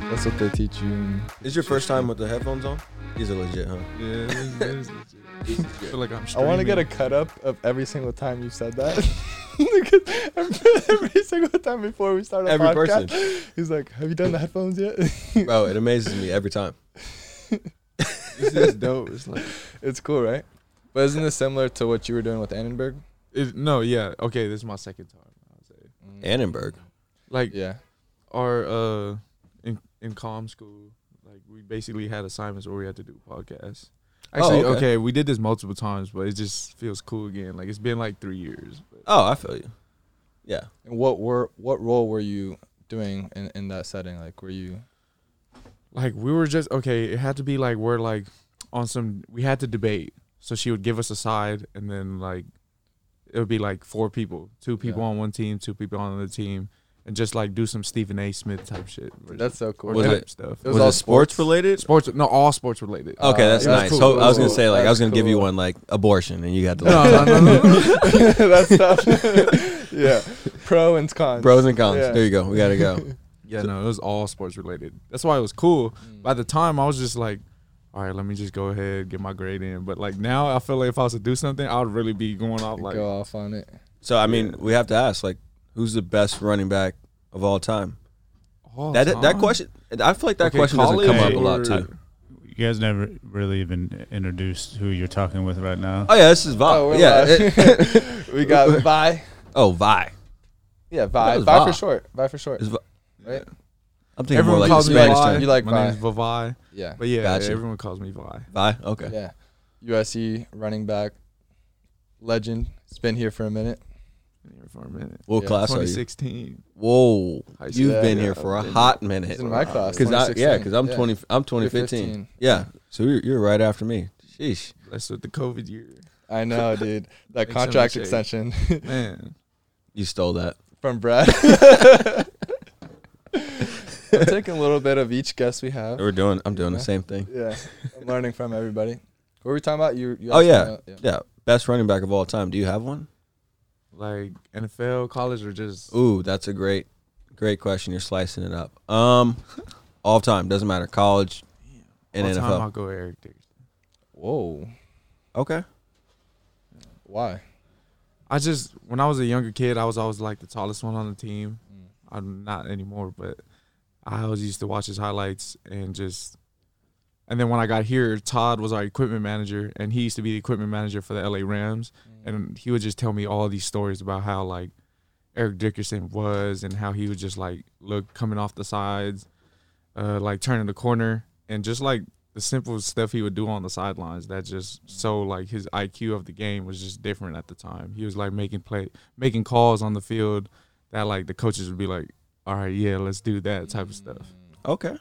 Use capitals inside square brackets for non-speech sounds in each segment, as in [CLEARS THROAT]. That's what they teach you. in- Is your first time with the headphones on? These are legit, huh? Yeah, it is- it is legit. I feel like I'm I want to get a streaming. cut up of every single time you said that. [LAUGHS] Because every single time before we start a Every [LAUGHS] podcast, person. he's like, "Have you done the headphones yet?" Bro, it amazes me every [LAUGHS] time. This is dope. It's like it's cool, right? But isn't this similar to what you were doing with Annenberg? it, no, yeah, okay. This is my second time. I would say. Annenberg. Like Yeah. our uh in in comm school, like we basically had assignments where we had to do podcasts. Oh, Actually, okay. okay. we did this multiple times, but it just feels cool again. Like it's been like three years. But Oh, I feel you. Yeah. And what were what role were you doing in, in that setting? Like, were you? like we were just okay. It had to be like we're like on some. We had to debate, so she would give us a side, and then like it would be like four people, two people Yeah. on one team, two people on another team, and just like do some Stephen A. Smith type shit. or- That's so cool. or Was type it- stuff. It was all sports? related? sports? No, all sports related. Okay, that's Uh, that's nice. cool, Hope- I was cool, gonna say like I that's was gonna give you cool. one like abortion, and you got the Uh, No, no, no, no, no. [LAUGHS] That's tough. [LAUGHS] yeah. Pro and cons. [LAUGHS] pros and cons. Yeah. There you go. We gotta go. [LAUGHS] Yeah, no, it was all sports related. That's why it was cool. Mm. By the time I was just like, all right, let me just go ahead get my grade in. But like now, I feel like if I was to do something, I would really be going off like go off on it. So I mean, we have to ask like, who's the best running back of all time? Oh, all That that time. question. I feel like that "Oh, Okay, question doesn't come up college a lot or- too. You guys never really even introduced who you're talking with right now. Oh yeah, this is Vi. Oh, we're yeah. live. [LAUGHS] it- we [LAUGHS] got Vi. oh Vi. Yeah, Vi. was Vi, Vi. for short. Vi for short. It's Vi. Right? I'm thinking more Everyone like calls the me Spanish Vi. term. You like my Vi. name's Vavai, Yeah. but yeah, Gotcha. everyone calls me Vi. Vi. Okay. Yeah. USC running back legend. It's been here for a minute. Been here for a minute. What Yeah. class are you? 2016. Whoa, High school. you've Yeah, been yeah, here for a I've been- hot He's minute. in my class. Because I yeah, 2016. because I'm twenty. I'm twenty You're fifteen. Yeah. So you're, you're right after me. Sheesh. That's with the COVID year, I know, [LAUGHS] dude. That Makes so contract much extension [LAUGHS] man. You stole that. from [LAUGHS] Brad. I'm taking a little bit of each guest we have. We're doing. I'm doing the same thing. Yeah. I'm learning from everybody. What were we talking about? You, you Oh, asked me yeah. about- Yeah. Best running back of all time. Do you have one? Like NFL, college, or just Ooh, that's a great, great question. You're slicing it up. Um, [LAUGHS] all time doesn't matter. College and all time, I'll NFL. go Eric Dickerson. Whoa. Okay. Why? I just when I was a younger kid, I was always like the tallest one on the team. I'm not anymore, but I always used to watch his highlights and just. And then when I got here, Todd was our equipment manager, and he used to be the equipment manager for the LA Rams, and he would just tell me all these stories about how like Eric Dickerson was and how he would just like look coming off the sides, uh, like turning the corner, and just like the simple stuff he would do on the sidelines. That just so like his IQ of the game was just different at the time. He was like making play, making calls on the field that like the coaches would be like, "All right, yeah, let's do that type of stuff." Okay.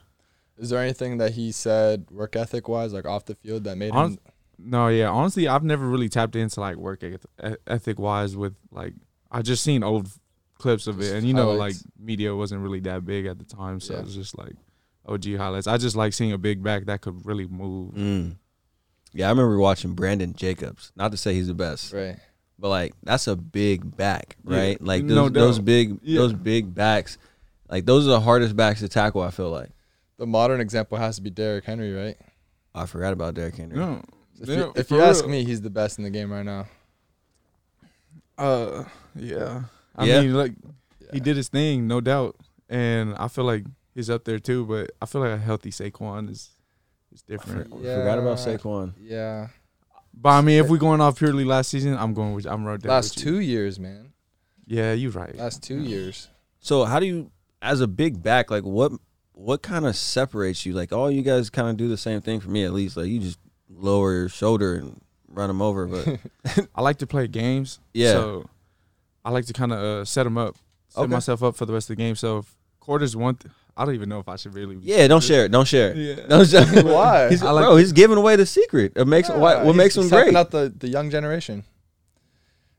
Is there anything that he said work ethic wise, like off the field, that made Honest- him? No, yeah. Honestly, I've never really tapped into like work ethic wise with like I just seen old clips of it, Just and you know, highlights. like media wasn't really that big at the time, so Yeah. it was just like OG highlights. I just like seeing a big back that could really move. Mm. Yeah, I remember watching Brandon Jacobs. Not to say he's the best, Right. but like that's a big back, Yeah, right? Like those, no doubt. those big Yeah. those big backs, like those are the hardest backs to tackle. I feel like The modern example has to be Derrick Henry, right? Oh, I forgot about Derrick Henry. No, Mm. If yeah, you, if for you ask real. me, he's the best in the game right now. Uh, yeah. I Yeah? mean, like he Yeah. did his thing, no doubt, and I feel like he's up there too. But I feel like a healthy Saquon is is different. I forgot about Yeah. Saquon. Yeah. But I mean, if we're going off purely last season, I'm going with I'm right there. Last with you. two years, man. Yeah, you're right. Last two years. So how do you, as a big back, like what what kind of separates you? Like all you guys kind of do the same thing for me at least. Like you just lower your shoulder and run them over, [LAUGHS] but I like to play games. Yeah. So I like to kind of uh, set them up, set Okay. myself up for the rest of the game. So if quarters one, th- I don't even know if I should really. yeah, don't share it. Don't share it. Yeah. Don't share [LAUGHS] it. Why? He's, I like- bro, he's giving away the secret. It makes why, Yeah, what he's- makes he's him great. helping out the, the young generation.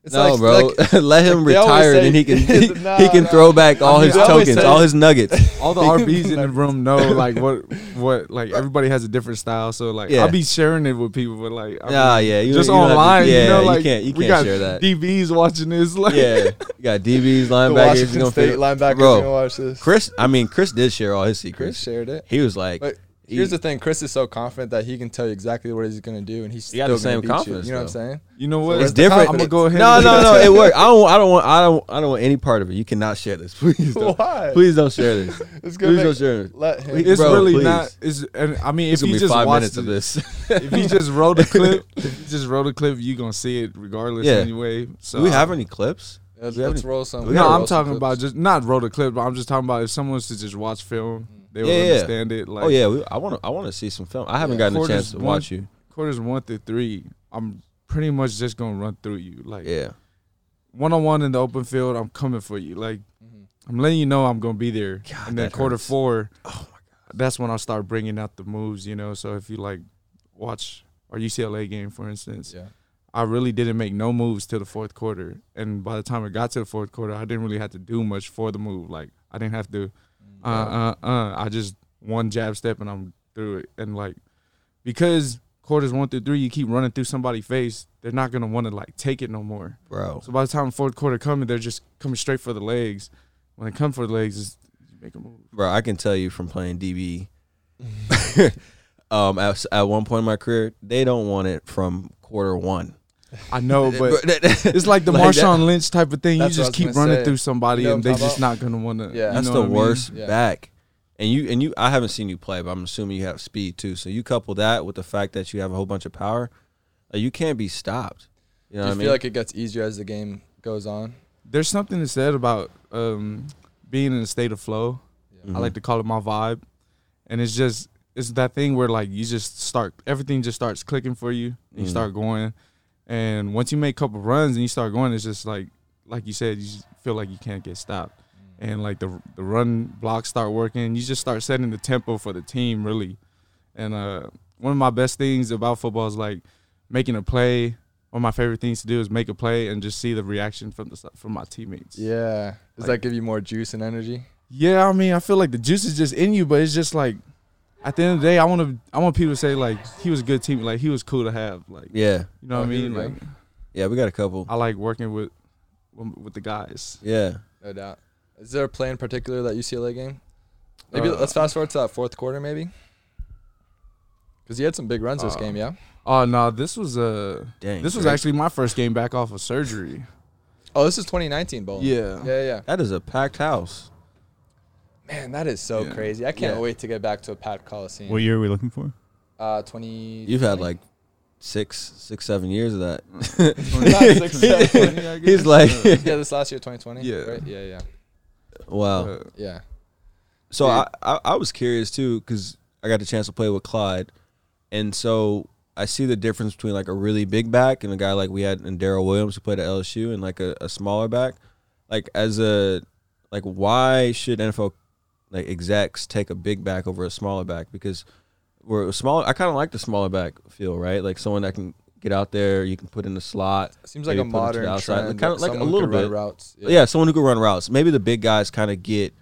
It's no, like, bro. [LAUGHS] like- Let him they always retire, say- and then he [LAUGHS] can he, Nah, he can nah. throw back all mean, his they always tokens, say- all [LAUGHS] his nuggets. [LAUGHS] all the RBs in the room know like what what like everybody has a different style. So like Yeah. I'll be sharing it with people, but like I Nah, mean, yeah, you just don't- you don't have to- online. yeah, you know, you like can't- you we can't got [LAUGHS] share that. DBs watching this. [LAUGHS] Like, yeah, you got DBs, the linebackers. you Washington gonna State feel- linebacker. bro. Bro, watch this. Chris, I mean, Chris did share all his Chris secrets. shared it. He was like, But he- Here's the thing: Chris is so confident that he can tell you exactly what he's gonna do, and he's He still got the gonna same beat confidence, You, you know what I'm saying? you know what? it's different. I'm gonna go ahead. no, and- no, no, [LAUGHS] it worked. I don't, I don't want, I don't, I don't want any part of it. You cannot share this, [LAUGHS] please. Don't, Why? please don't share this. It's gonna Please make- don't share this. let him. It's Bro, really please. not. It's and I mean, It's if gonna you be just five watch minutes of this. [LAUGHS] [LAUGHS] [LAUGHS] if you just roll the clip, if you just roll the clip, you gonna see it regardless Yeah. anyway. So Do we um, have any clips? Let's, we have let's any- roll some. we gotta no, I'm roll some talking clips. about just not roll the clip, but I'm just talking about if someone was to just watch film, they Yeah, would yeah. understand it. Like, oh yeah, we, I want to, I want to see some film. I haven't Yeah, gotten a quarters chance to one- watch you. quarters one through three, I'm pretty much just gonna run through you. Like Yeah, one on one in the open field, I'm coming for you. Like Mhm. I'm letting you know I'm gonna be there. Mm-hmm. God, and then that quarter hurts. Oh four, that's when I'll start bringing out the moves. You know, so if you like watch our UCLA game, for instance, Yeah. I really didn't make no moves till the fourth quarter. And by the time it got to the fourth quarter, I didn't really have to do much for the move. Like I didn't have to Mm. uh uh uh. I just one jab step and I'm through it. And like because quarters one through three, you keep running through somebody's face, they're not gonna want to like take it no more. bro. So by the time fourth quarter coming, they're just coming straight for the legs. When they come for the legs, it's you make a move. bro, I can tell you from playing DB. um, at, at one point in my career, they don't want it from quarter one. [LAUGHS] I know, but it's it's like the Like that- Marshawn Lynch type of thing. You That's what I just was keep gonna running say. through somebody, You know and what I'm they talking just not gonna wanna. Yeah. [LAUGHS] you that's know the what I mean? worst Yeah. back. And you and you, I haven't seen you play, but I'm assuming you have speed too. So you couple that with the fact that you have a whole bunch of power, like you can't be stopped. You know Do you what I mean? feel like it gets easier as the game goes on? There's something to said about um, being in a state of flow. Mhm. I like to call it my vibe, and it's just it's that thing where like you just start everything just starts clicking for you. And You Mhm. start going, and once you make a couple runs and you start going, it's just like like you said, you just feel like you can't get stopped, and like the the run blocks start working. You just start setting the tempo for the team really, and uh, one of my best things about football is like making a play. One of my favorite things to do is make a play and just see the reaction from the s- from my teammates. Yeah. Does that Like- give you more juice and energy? Yeah, I mean, I feel like the juice is just in you, but it's just like at the end of the day, I want to, I want people to say like he was a good team, like he was cool to have, like yeah, you know Oh, what I here mean. we go. Like yeah, we got a couple. I like working with with with the guys. Yeah, No doubt. Is there a play in particular that UCLA game? Maybe Uh, let's fast forward to that fourth quarter, maybe. Because he had some big runs this Uh, game, yeah. Oh no, this was a dang. this was Drake. actually my first game back off of surgery. Oh, this is 2019 bowl. Yeah. Yeah, yeah. that is a packed house. Man, that is so Yeah. crazy. I can't Yeah. wait to get back to a packed Coliseum. What year are we looking for? Uh, 20. You've had like six, six, seven years of that. Mm. [LAUGHS] Six, seven, [LAUGHS] twenty, I He's like, [LAUGHS] [LAUGHS] yeah, this last year, 2020. Yeah. Right? Yeah, yeah, wow. Uh, yeah. So Dude. I, I I was curious too because I got the chance to play with Clyde, and so I see the difference between like a really big back and a guy like we had in Daryl Williams who played at LSU and like a, a smaller back, like as a like why should NFL like execs take a big back over a smaller back because we're a small I kind of like the smaller back feel right like someone that can get out there you can put in the slot Seems like Maybe a put it to the modern outside, trend. like, kinda that like a someone little could run bit. Routes. yeah, someone who can run routes. Maybe the big guys kind of get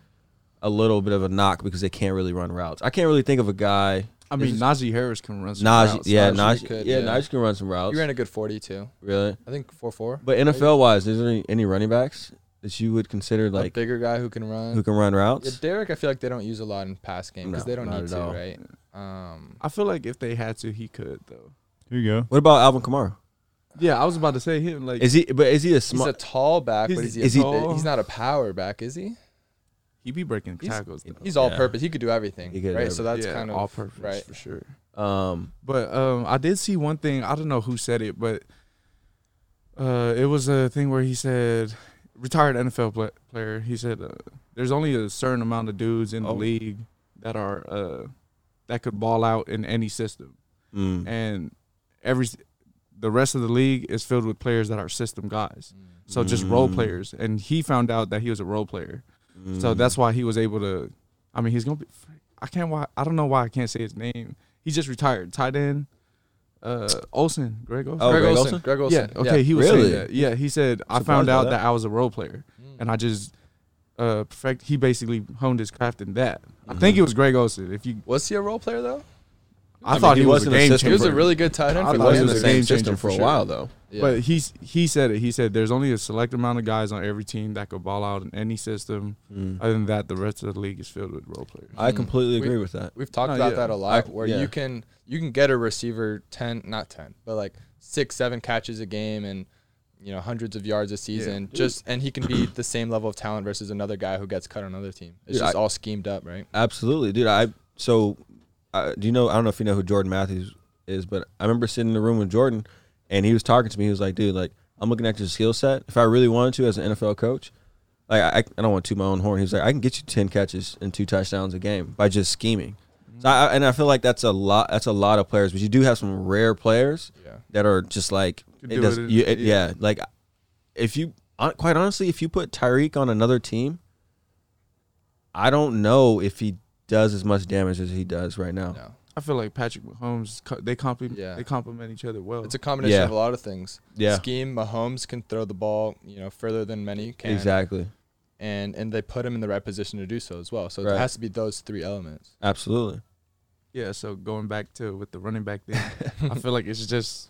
a little bit of a knock because they can't really run routes. I can't really think of a guy. I This mean, is- Najee Harris can run. some Najee, routes. yeah, Najee Najee, could, yeah, yeah. Najee can run some routes. You ran a good 42. really, I think 4 4. but NFL wise, is there any, any running backs that you would consider Like, a like bigger guy who can run. who can run Yeah, routes? Derek, I feel like they don't use a lot in pass game because No, they don't not need at to, all. right? Um, I feel like if they had to, he could though. Here you go. What about Alvin Kamara? Yeah, I was about to say him. Like Is he? But is he a he's small? a tall back, but He's- is he? is he- a tall? He's not a power back, is he? he be breaking He's- tackles. Though. He's all Yeah. purpose. He could do everything, He could do right? So that's Yeah, kind of all purpose right. for sure. um, But um, I did see one thing. I don't know who said it, but uh, it was a thing where he said, retired NFL pla player. He said, uh, "There's only a certain amount of dudes in Oh. the league that are uh, that could ball out in any system, mm, and every s- the rest of the league is filled with players that are system guys. So just role Mm. players. And he found out that he was a role player, so mm. that's why he was able to. I mean, he's gonna be. I can't. Why I don't know why I can't say his name. He just retired tight end. uh, Olsen, Greg Olsen. Oh, Greg Greg Olsen. Olsen? Greg Yeah. Olsen. Okay. He was Really? saying that. Yeah. He said I Surprised found by out that. that. I was a role player, and I just uh perfect. He basically honed his craft in that. I think it was Greg Olsen. If you, Was he a role player though? I, I mean, thought he he, was, wasn't a an game assistant changer. He was a really good tight end. I for thought us he in was the a same game system changer for for a sure. while though. Yeah. But he's he said it. He said there's only a select amount of guys on every team that could ball out in any system. Mm. Other than that, the rest of the league is filled with role players. I Mm. completely We- agree with that. We've talked No, about yeah. that a lot, I- where yeah. you can you can get a receiver ten, not ten, but like six, seven catches a game and you know hundreds of yards a season. just and he can be the same level of talent versus another guy who gets cut on another team. It's Dude, just I- all schemed up, right? Absolutely, dude. I so I, do you know? I don't know if you know who Jordan Matthews is, but I remember sitting in the room with Jordan, and he was talking to me. He was like, "Dude, like I'm looking at your skill set. If I really wanted to, as an NFL coach, like I, I don't want to toot my own horn. He was like, I can get you ten catches and two touchdowns a game by just scheming. So I, I- and I feel like that's a lot. That's a lot of players, but you do have some rare players Yeah. that are just like Could it do does. it in- you, it- yeah. yeah, like if you hon- quite honestly, if you put Tyreek on another team, I don't know if he does as much damage as he does right now. No. I feel like Patrick Mahomes. co- They complement. Yeah. They complement each other well. It's a combination Yeah. of a lot of things. Yeah, Scheme, Mahomes can throw the ball, you know, further than many can. exactly, And and they put him in the right position to do so as well. So Right. it has to be those three elements. absolutely. yeah. So going back to with the running back thing, [LAUGHS] I feel like it's just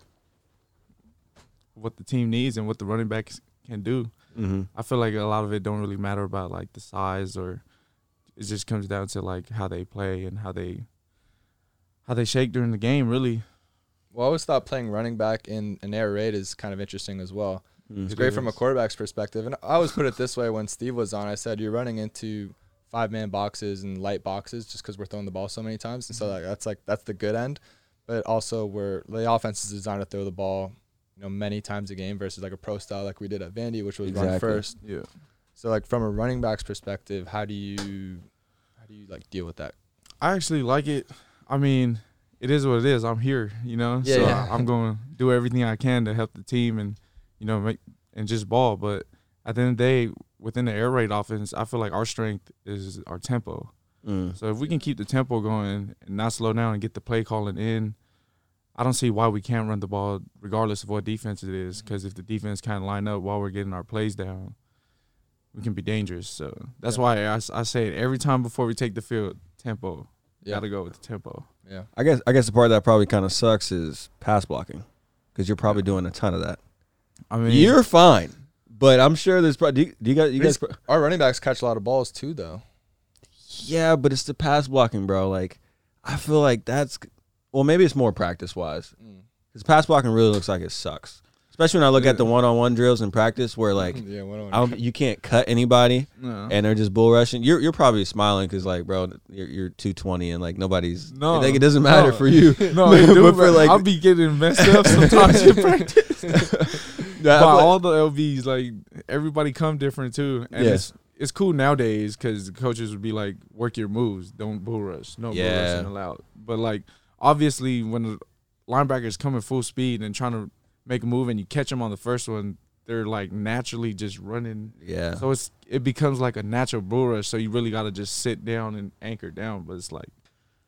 what the team needs and what the running backs can do. Mm-hmm. I feel like a lot of it don't really matter about like the size or it just comes down to like how they play and how they how they shake during the game. Really, Well, I always thought playing running back in an air raid is kind of interesting as well. Mm-hmm. It's great from a quarterback's perspective. And I always put it this way when Steve was on, I said, you're running into five man boxes and light boxes just because we're throwing the ball so many times. And so like, that's like, that's the good end. But also, where the offense is designed to throw the ball, you know, many times a game versus like a pro style like we did at Vandy, which was run Exactly. first. Yeah. So like from a running back's perspective, how do you, how do you like deal with that? I actually like it. I mean, it is what it is. I'm here, you know. Yeah, so yeah. I, am going to do everything I can to help the team and you know make and just ball. But at the end of the day, within the air raid offense, I feel like our strength is our tempo. Mm. So if we can keep the tempo going and not slow down and get the play calling in, I don't see why we can't run the ball regardless of what defense it is. Because if the defense kind of line up while we're getting our plays down, we can be dangerous. So that's Yeah. why I, s- I say it every time before we take the field, tempo. Got to go with the tempo. Yeah. I guess I guess the part that probably kind of sucks is pass blocking because you're probably doing a ton of that. I mean, you're fine, but I'm sure there's probably do you, do you guys you guys. These- Our running backs catch a lot of balls too, though. Yeah, but it's the pass blocking, bro. Like, I feel like that's well, maybe it's more practice wise because pass blocking really looks like it sucks. Especially when I look at the one on one drills in practice where like yeah, one on I don't, you can't cut anybody no. and they're just bull rushing. You're you're probably smiling because like, bro, you're, you're 220 and like nobody's No. like it doesn't matter No. for you. [LAUGHS] no, [LAUGHS] dude, but for bro, like, I'll be getting messed [LAUGHS] up sometimes [LAUGHS] in practice. Yeah, by I'm like- all the LVs, like everybody come different too, and Yeah. it's it's cool nowadays because coaches would be like, work your moves, don't bull rush, no bull Yeah. rushing allowed. But like obviously, when the linebackers coming full speed and trying to make a move, and you catch them on the first one, they're like naturally just running. yeah, So it's it becomes like a natural bull rush. So you really gotta just sit down and anchor down. But it's like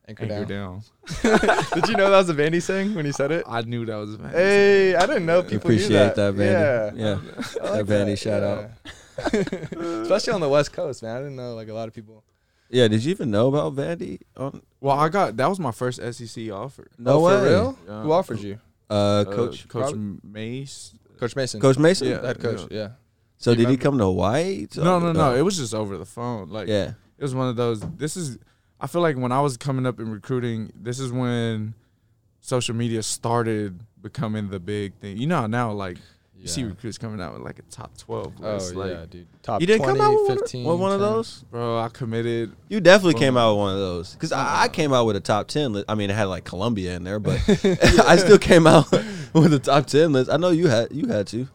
anchor, anchor down. down. [LAUGHS] Did you know that was a Vandy saying when he said [LAUGHS] it? I knew that was. Hey, I didn't know people knew that. appreciate that, Vandy. Yeah, Yeah, I like That Vandy shout out. out. [LAUGHS] Especially on the West Coast, man. I didn't know like a lot of people. yeah. Did you even know about Vandy? On Well, I got that was my first SEC offer. no oh, way, for real? Yeah. Who offered you? Uh, Uh, coach, Coach Mace. Coach Mason. Coach Mason. Yeah. The head coach. Yeah. So You did he remember? come to Hawaii? to- No, no, no. Oh, Uh, It was just over the phone. Like yeah, it was one of those. This is. I feel like when I was coming up in recruiting, this is when social media started becoming the big thing. You know how now, like you see Yeah. recruits coming out with like a top twelve Oh list. like, yeah, dude. Top you didn't 20, come out with, 15, one, with one of 10. those. bro, I committed. You definitely Well, came out with one of those because I, I came out with a top ten list. I mean, it had like Columbia in there, [LAUGHS] but [LAUGHS] I still came out [LAUGHS] with a top ten list. I know you had you had to.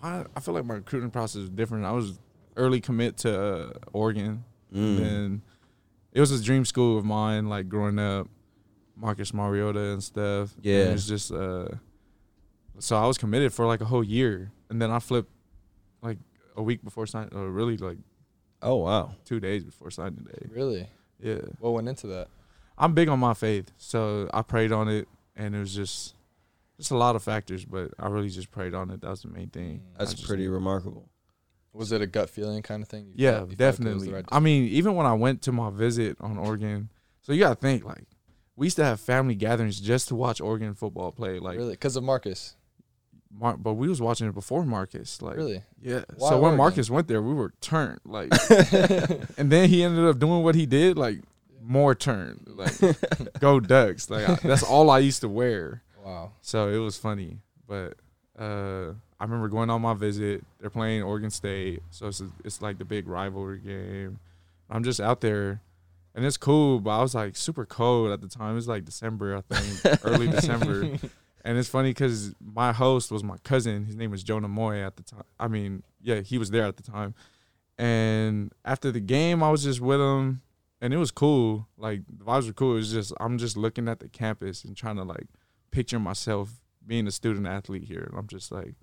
My, I feel like my recruiting process was different. I was early commit to uh, Oregon. Mm. And it was a dream school of mine, like growing up, Marcus Mariota and stuff. And Yeah. it was just uh so I was committed for like a whole year. And then I flipped like a week before sign or really like Oh wow, two days before signing day. Really? Yeah. What went into that? I'm big on my faith. So I prayed on it and it was just Just a lot of factors, but I really just prayed on it. That was the main thing. I That's just pretty knew. remarkable. Was it a gut feeling kind of thing? You Yeah, felt- you felt it was the definitely. right I mean, even when I went to my visit on Oregon, so you gotta think like we used to have family gatherings just to watch Oregon football play. Like, really, because of Marcus. Mar- but we was watching it before Marcus. Like, [LAUGHS] Really, yeah. Why so when Oregon? Marcus went there, we were turned. [LAUGHS] Like, and then he ended up doing what he did. Like, more turned. Like, go Ducks. Like I, that's all I used to wear. wow. So it was funny. But uh, I remember going on my visit. They're playing Oregon State, so it's it's like the big rivalry game. I'm just out there, and it's cool. But I was like super cold at the time. It was like December, I think, early December. And it's funny because my host was my cousin. His name was Jonah Moy at the time. I mean, yeah, he was there at the time. And after the game, I was just with him, and it was cool. Like the vibes were cool. It was just I'm just looking at the campus and trying to like picture myself being a student athlete here, and I'm [LAUGHS] just like,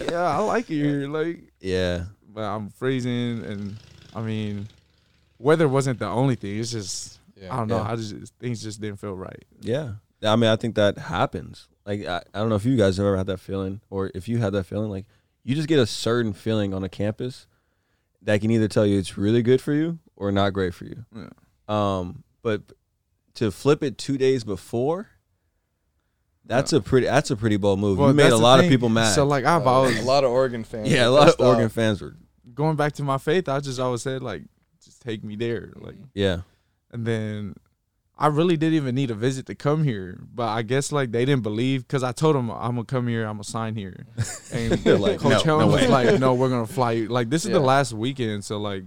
yeah, I like it here. Like, Yeah. but I'm freezing, and I mean, weather wasn't the only thing. It's just I Yeah. don't know. Yeah. I just things just didn't feel right. Yeah. I mean, I think that happens. Like, I, I don't know if you guys have ever had that feeling or if you had that feeling. Like, you just get a certain feeling on a campus that can either tell you it's really good for you or not great for you. Yeah. Um, but to flip it two days before, that's a pretty that's a pretty bold move. Well, you made that's a the lot of thing. people mad. Uh, So like I've Uh, a always lot of Oregon fans. yeah, were a lot of pissed off. Oregon fans were. going back to my faith. I just always said like, just take me there. Like, [LAUGHS] Yeah, and then I really didn't even need a visit to come here, but I guess like they didn't believe because I told them I'm gonna come here, I'm gonna [LAUGHS] sign here, and They're like, Coach "No, no Helms was way." like, "No, we're gonna fly you." Like this is the Yeah. last weekend, so like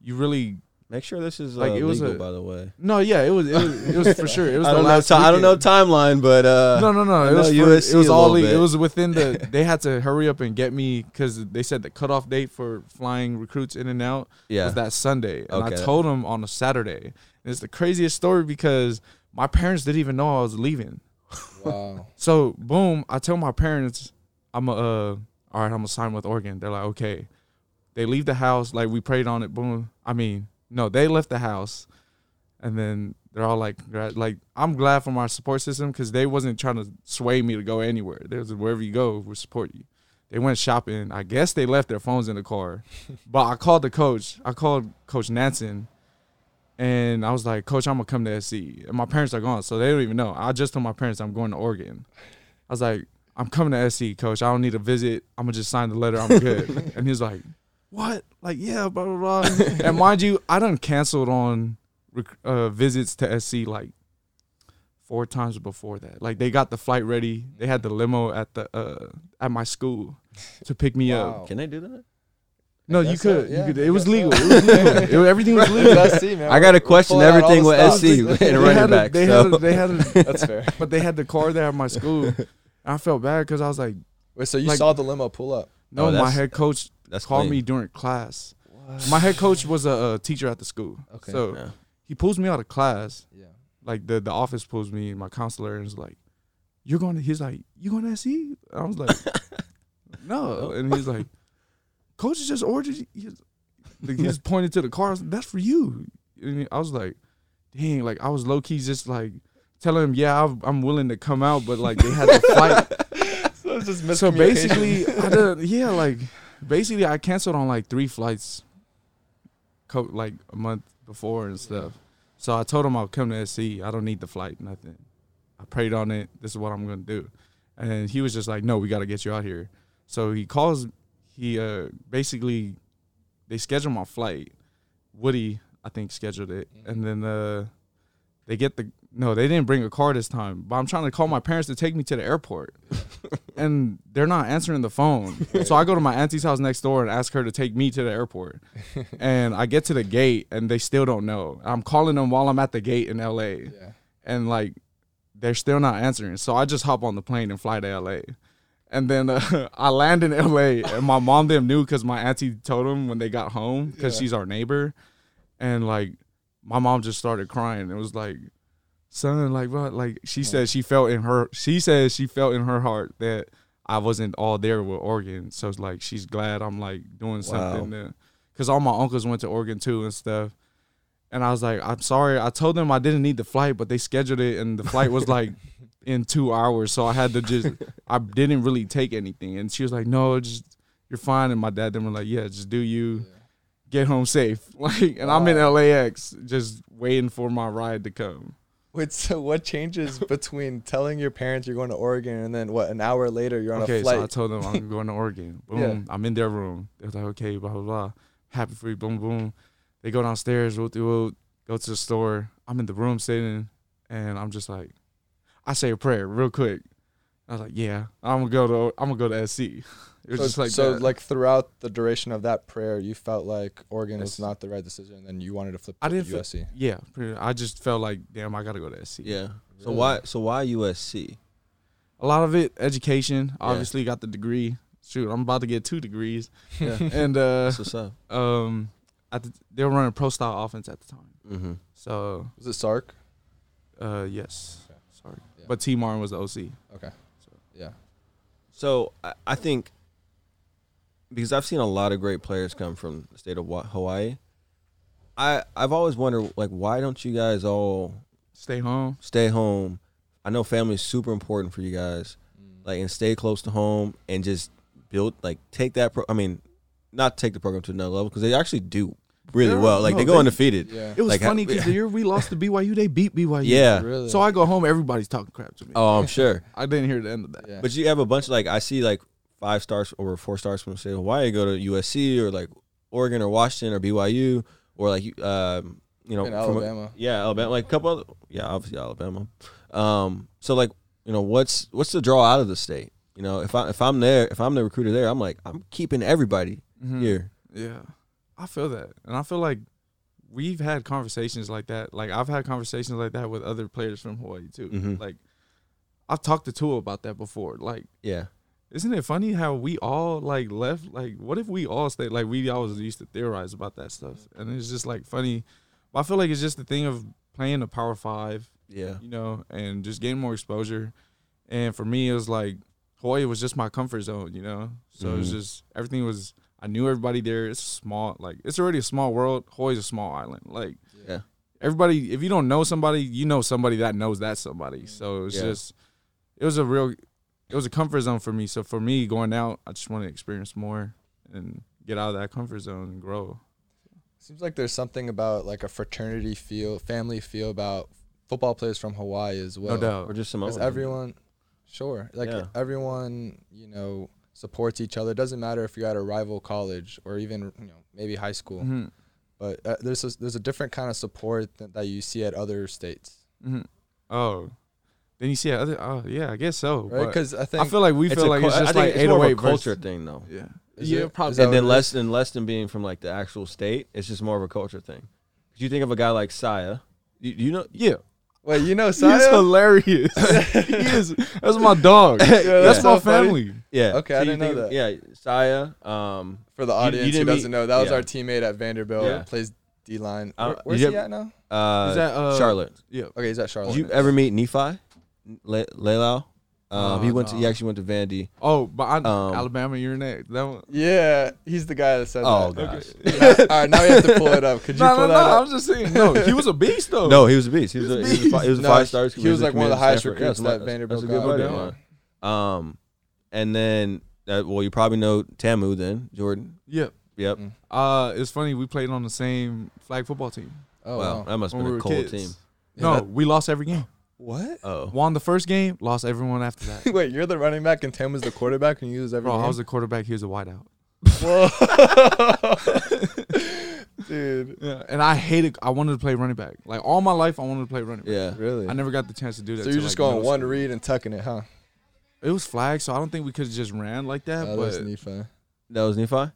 you really make sure this is Like, uh, it was legal, a- by the way. no, yeah, it was it was, it was for sure. [LAUGHS] It was I the don't know. last. Ti- I don't know weekend. timeline, but uh, No, no, no. I It was, know for- USC it was a all. little It bit. was within [LAUGHS] the. They had to hurry up and get me because they said the cutoff date for flying recruits in and out yeah, [LAUGHS] was that Sunday, and I Okay. told them on a Saturday. And it's the craziest story because my parents didn't even know I was leaving. [LAUGHS] Wow. So boom, I tell my parents I'm a, uh, all right. I'm gonna sign with Oregon. They're like, okay. They leave the house like we prayed on it. Boom. I mean, no, they left the house, and then they're all like, congrat- like I'm glad from our support system because they wasn't trying to sway me to go anywhere. They was wherever you go, we support you. They went shopping. I guess they left their phones in the car, but I called the coach. I called Coach Nansen. And I was like, Coach, I'm gonna come to SC. And my parents are gone, so they don't even know. I just told my parents I'm going to Oregon. I was like, I'm coming to SC, coach. I don't need a visit. I'm gonna just sign the letter. I'm good. and he was like, What? Like, yeah, blah blah blah. and mind you, I done canceled on rec- uh, visits to SC like four times before that. Like, they got the flight ready. They had the limo at the uh, at my school to pick me up. Wow. Can they do that? No, you guess could, so, you yeah, could. I It was guess so. [LAUGHS] legal. It was legal. It- everything was legal. That's SC, man. I got to question pulling out all everything the with stops. [LAUGHS] SC and They had running a- back. They so. had a, they had a, That's fair. but they had the car there at my school. [LAUGHS] And I felt bad because I was like, Wait, so you Like- saw the limo pull up? no, Oh, my that's- head coach That's called clean. me [SIGHS] during class. My head coach was a, a teacher at the school. Okay. So Yeah. he pulls me out of class. Yeah. Like the, the office pulls me, and my counselor is like, You're going to, he's like, You going to SE? I was like, No. And he's like, Coach just ordered, you- he's, like, he's pointing to the car. I was like, That's for you. And I was like, Dang, like I was low key just like telling him, Yeah, I'm- I'm willing to come out, but like they had to fight So it's just so basically, I done, yeah, like basically, I canceled on like three flights, co- like a month before and stuff. So I told him I'll come to SC. I don't need the flight, nothing. I prayed on it. This is what I'm gonna do, and he was just like, "No, we gotta get you out here." So he calls. He uh basically, they schedule my flight. Woody, I think, scheduled it, and then uh, they get the no. They didn't bring a car this time, but I'm trying to call my parents to take me to the airport and they're not answering the phone. so I go to my auntie's house next door and ask her to take me to the airport. and I get to the gate and they still don't know. I'm calling them while I'm at the gate in LA yeah. and like they're still not answering. So I just hop on the plane and fly to LA. And then uh, [LAUGHS] I land in LA and my mom them knew cuz my auntie told them when they got home cuz Yeah. she's our neighbor. And like my mom just started crying. It was like son like what like she said she felt in her she said she felt in her heart that I wasn't all there with Oregon. So it's like she's glad I'm like doing something that cuz all my uncles went to Oregon too and stuff. And I was like, I'm sorry. I told them I didn't need the flight, but they scheduled it, and the flight was like in two hours. So I had to just, I didn't really take anything. And she was like, no, just, you're fine. And my dad, then were like, yeah, just do you. Get home safe. [LAUGHS] Like, and I'm in Wow. LAX just waiting for my ride to come. [LAUGHS] Wait, so what changes between telling your parents you're going to Oregon and then what? An hour later, you're on a Okay, flight. so I told them I'm going to Oregon. [LAUGHS] Boom, Yeah. I'm in their room. They're like, okay, blah blah blah, happy for you. Boom boom. They go downstairs. We'll do. we'll Go to the store. I'm in the room sitting, and I'm just like, I say a prayer real quick. I was like, yeah, I'm gonna go to I'm gonna go to SC. [LAUGHS] It was so just like so that. like throughout the duration of that prayer, you felt like Oregon was That's- not the right decision, and then you wanted to flip I to didn't feel- USC. yeah, pretty, I just felt like damn, I gotta go to SC. Yeah. So Really? why? So why USC? a lot of it education. Obviously, got the degree. Shoot, I'm about to get two degrees, [LAUGHS] Yeah. [LAUGHS] and uh, That's what's up. um, at the, they were running pro style offense at the time. Mm-hmm. So Was it Sark? Uh, yes. Okay. Sorry, Yeah. but T Martin was the OC. Okay. So- Yeah. So I, I think because I've seen a lot of great players come from the state of Wa- Hawaii. I I've always wondered like why don't you guys all Stay home. stay home? I know family's super important for you guys, like and stay close to home and just build like take that. Pro- I mean, not take the program to another level because they actually do really Yeah, well. Like no, they go they- undefeated. Yeah. Yeah. It was Like, how- [LAUGHS] funny because the year we lost to BYU, they beat BYU. Really. So I go home, everybody's talking crap to me. Oh, I'm sure. I didn't hear the end of that. Yeah. But you have a bunch like I see like five stars or four stars from the state of Hawaii go to USC or like Oregon or Washington or BYU or like you- um you know in from- Alabama. yeah Alabama like a couple other, yeah obviously Alabama um so like you know what's what's the draw out of the state you know if I if I'm there if I'm the recruiter there I'm like I'm keeping everybody Mhm. here Yeah. I feel that, and I feel like we've had conversations like that. Like I've had conversations like that with other players from Hawaii too. Mhm. Like I've talked to Tua about that before. Like, yeah isn't it funny how we all like left? Like, what if we all stayed? Like we always used to theorize about that stuff, and it's just like funny. I feel like it's just the thing of playing the Power Five. yeah you know, and just getting more exposure. And for me, it was like Hawaii was just my comfort zone, you know. So it Mhm. was Mm-hmm. just everything was. I knew everybody there. It's small, like it's already a small world. Hawaii's a small island. Like Yeah. everybody. If you don't know somebody, you know somebody that knows that somebody. So it was Yeah. just, it was a real, it was a comfort zone for me. So for me, going out, I just want to experience more and get out of that comfort zone and grow. Seems like there's something about like a fraternity feel, family feel about football players from Hawaii as well. no doubt. or just some Because everyone, sure, like Yeah. everyone, you know, supports each other. It doesn't matter if you're at a rival college or even you know maybe high school. Mhm. But uh, there's a, there's a different kind of support that, that you see at other states, hmm Oh, then you see other. Oh yeah, I guess so. right? but- Because I think I feel like we It's feel a like cul- it's I just think like it's more of 808 a versus- culture thing though Yeah. Is yeah, it- probably. is that and what then it less than less than being from like the actual state it's just more of a culture thing 'Cause you think of a guy like Saya you, you know yeah. wait, you know, [LAUGHS] He's [LAUGHS] Saya? hilarious. [LAUGHS] he is. That's my dog. that's so my funny. family. Yeah. Okay, I you didn't know think- Yeah, Saya. Um, for the you audience who didn't doesn't meet- know, that was yeah. our teammate at Vanderbilt. Yeah. Plays D line. I don't- Where's you he didn't- at now? uh, Is that, uh, Charlotte. Yeah. Okay, he's at Charlotte. Did you ever meet Nephi? Le- Lelau? Um, he Uh, went to. He no. actually went to Vandy. Oh, but I, Um, Alabama, you're next. That one. yeah, he's the guy that said Oh that. gosh. [LAUGHS] All right, now we have to pull it up. Could you [LAUGHS] No, pull no, no. that up? I'm just saying. No, [LAUGHS] he was a beast though. No, he was a beast. He was, a, he was a, fi- he was a No, five star. he was, like, one of the highest recruits that Vanderbilt That's a good got. buddy. of Okay. mine. Um, and then uh, well, you probably know Tamu then Jordan. Yeah. Yep. Mm. Uh, it's funny. We played on the same flag football team. Oh, Wow, wow. that must have when been we a were cold kids. team. Yeah, No, that- we lost every game. What? Oh, Won the first game, lost everyone [LAUGHS] after [LAUGHS] that. Wait, you're the running back and Tim was the quarterback and you was every Bro, I game? was the quarterback. He was a wideout. [LAUGHS] dude. Yeah. And I hated. I wanted to play running back. Like all my life, I wanted to play running back. yeah. Really? I never got the chance to do that. so you're till, just like, going middle one school. read and tucking it, huh? It was flag, so I don't think we could have just ran like that. Oh, that's but Nephi. That was Nephi. uh,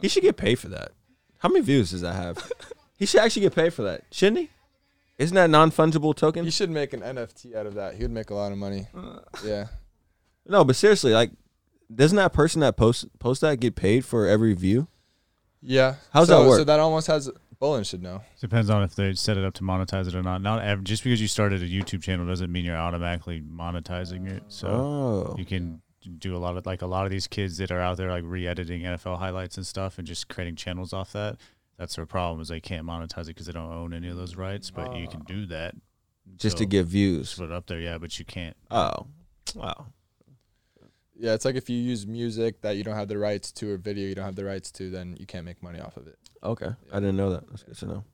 He should get paid for that. How many views does that have? he should actually get paid for that, shouldn't he? Isn't that non fungible token? You should make an NFT out of that. He would make a lot of [LAUGHS] money. uh, Yeah. No, but seriously, like, doesn't that person that post post that get paid for every view? Yeah. How's so, that work? So that almost has Bolin should know. Depends on if they set it up to monetize it or not. Not ev- just because you started a YouTube channel doesn't mean you're automatically monetizing it. So Oh, you can do a lot of like a lot of these kids that are out there like re-editing NFL highlights and stuff and just creating channels off that. That's their problem is they can't monetize it because they don't own any of those rights. But you can do that just to So, get views. split up there, yeah, but you can't. Oh, wow. Yeah, it's like if you use music that you don't have the rights to or video you don't have the rights to, then you can't make money off of it. Okay, I didn't know that. That's good to know.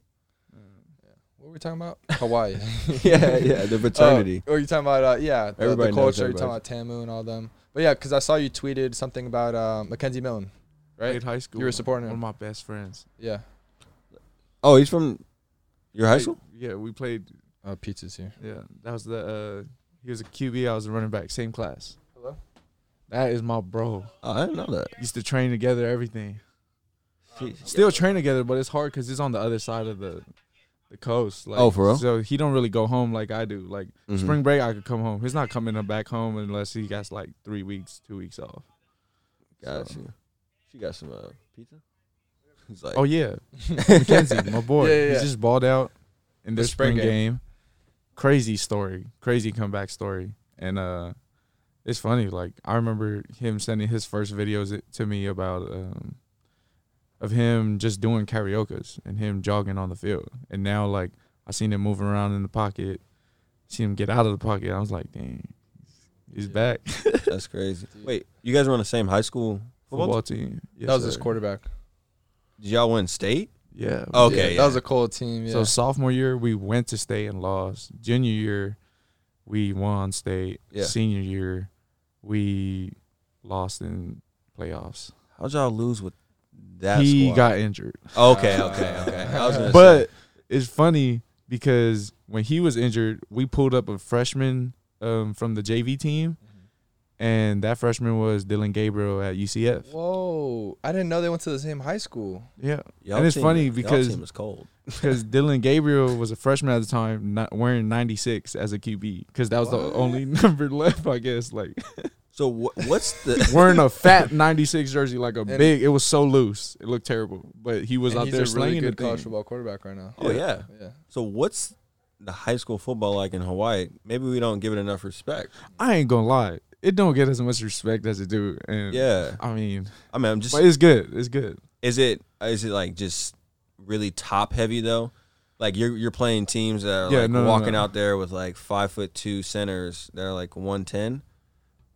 What were we talking about? Hawaii. [LAUGHS] yeah, yeah, [LAUGHS] the fraternity. Oh, or you talking about uh, yeah, the, the Everybody knows culture. You talking about everybody. Tamu and all them. But yeah, because I saw you tweeted something about uh, Mackenzie Millen, right? Played high school. You were supporting one of him. my best friends. Yeah. Oh, he's from your high school. Yeah, we played. Oh, pizza's here. Yeah, that was the. Uh, he was a QB. I was a running back. Same class. Hello. That is my bro. Oh, I didn't know that. Used to train together. Everything. Jeez. Still train together, but it's hard because it's on the other side of the, the coast. Like, Oh, for real? So he don't really go home like I do. Like Mhm. spring break, I could come home. He's not coming back home unless he gets like three weeks, two weeks off. Got So- you. She got some uh, pizza. [LAUGHS] He's like, [LAUGHS] Oh yeah, Mackenzie, my boy. Yeah, yeah, yeah. He just balled out in The the spring spring, game. game. Crazy story, crazy comeback story, and uh, it's funny. Like I remember him sending his first videos it- to me about um, of him just doing karaoke's and him jogging on the field, and now like I seen him moving around in the pocket, seen him get out of the pocket. I was like, dang, he's Yeah. [LAUGHS] back. that's crazy. Wait, you guys were on the same high school football? Football team. Yes, that was his sir. quarterback. Did y'all win state? Yeah. Yeah, Okay, That was a cold team. Yeah. So sophomore year we went to state and lost. Junior year we won state. Yeah. Senior year we lost in playoffs. How'd y'all lose with that? he squad? got injured. Okay, okay, okay. I was gonna But it's funny because when he was injured, we pulled up a freshman um, from the JV team Mm-hmm. and that freshman was Dylan Gabriel at UCF. Whoa! I didn't know they went to the same high school. Yeah. say, y'all and it's team- funny y'all because- team was cold. [LAUGHS] Cuz Dylan Gabriel was a freshman at the time, not wearing 96 as a QB cuz that was What? the only [LAUGHS] number left, I guess, like So wh- what's [LAUGHS] the? wearing a fat 96 jersey, like a And- big, it was so loose. It looked terrible. But he was And out he's there a really slinging good the thing. college football quarterback right now. oh yeah. Yeah. So what's the high school football like in Hawaii? Maybe we don't give it enough respect. I ain't going to lie. It don't get as much respect as it do. And Yeah. I mean, I mean, I'm just. Mm. but it's good. It's good. Is it? Is it like just really top heavy though? Like you're you're playing teams that are Yeah, like no, no, walking no. out there with like five foot two centers that are like one ten,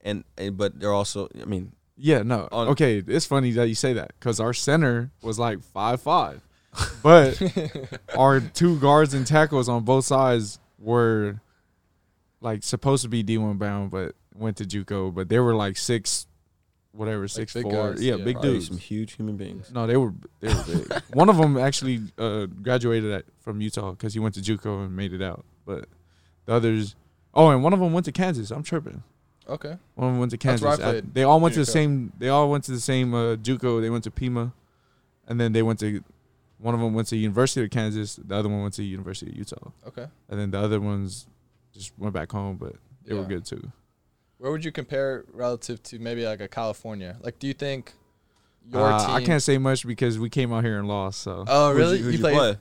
and, and but they're also. I mean, Yeah, no. On- okay, it's funny that you say that because our center was like five five, [LAUGHS] but our two guards and tackles on both sides were like supposed to be D one bound, but went to JUCO. But they were like six, whatever, six big four. guys, Yeah, yeah. oh, big probably dudes. some huge human beings. [LAUGHS] No, they were they were big. One of them actually uh, graduated at, from Utah because he went to JUCO and made it out. But the others, oh, and one of them went to Kansas. I'm tripping. Okay. One of them went to That's Kansas. where I Uh, played, they all went to the JUCO. same. They all went to the same uh, JUCO. They went to Pima, and then they went to. One of them went to University of Kansas. The other one went to University of Utah, Okay. and then the other ones just went back home. But they were Yeah. good too. Where would you compare relative to maybe like a California? Like, do you think your Uh, team? I can't say much because we came out here and lost. So Oh, Who'd really? You, who'd you played- play?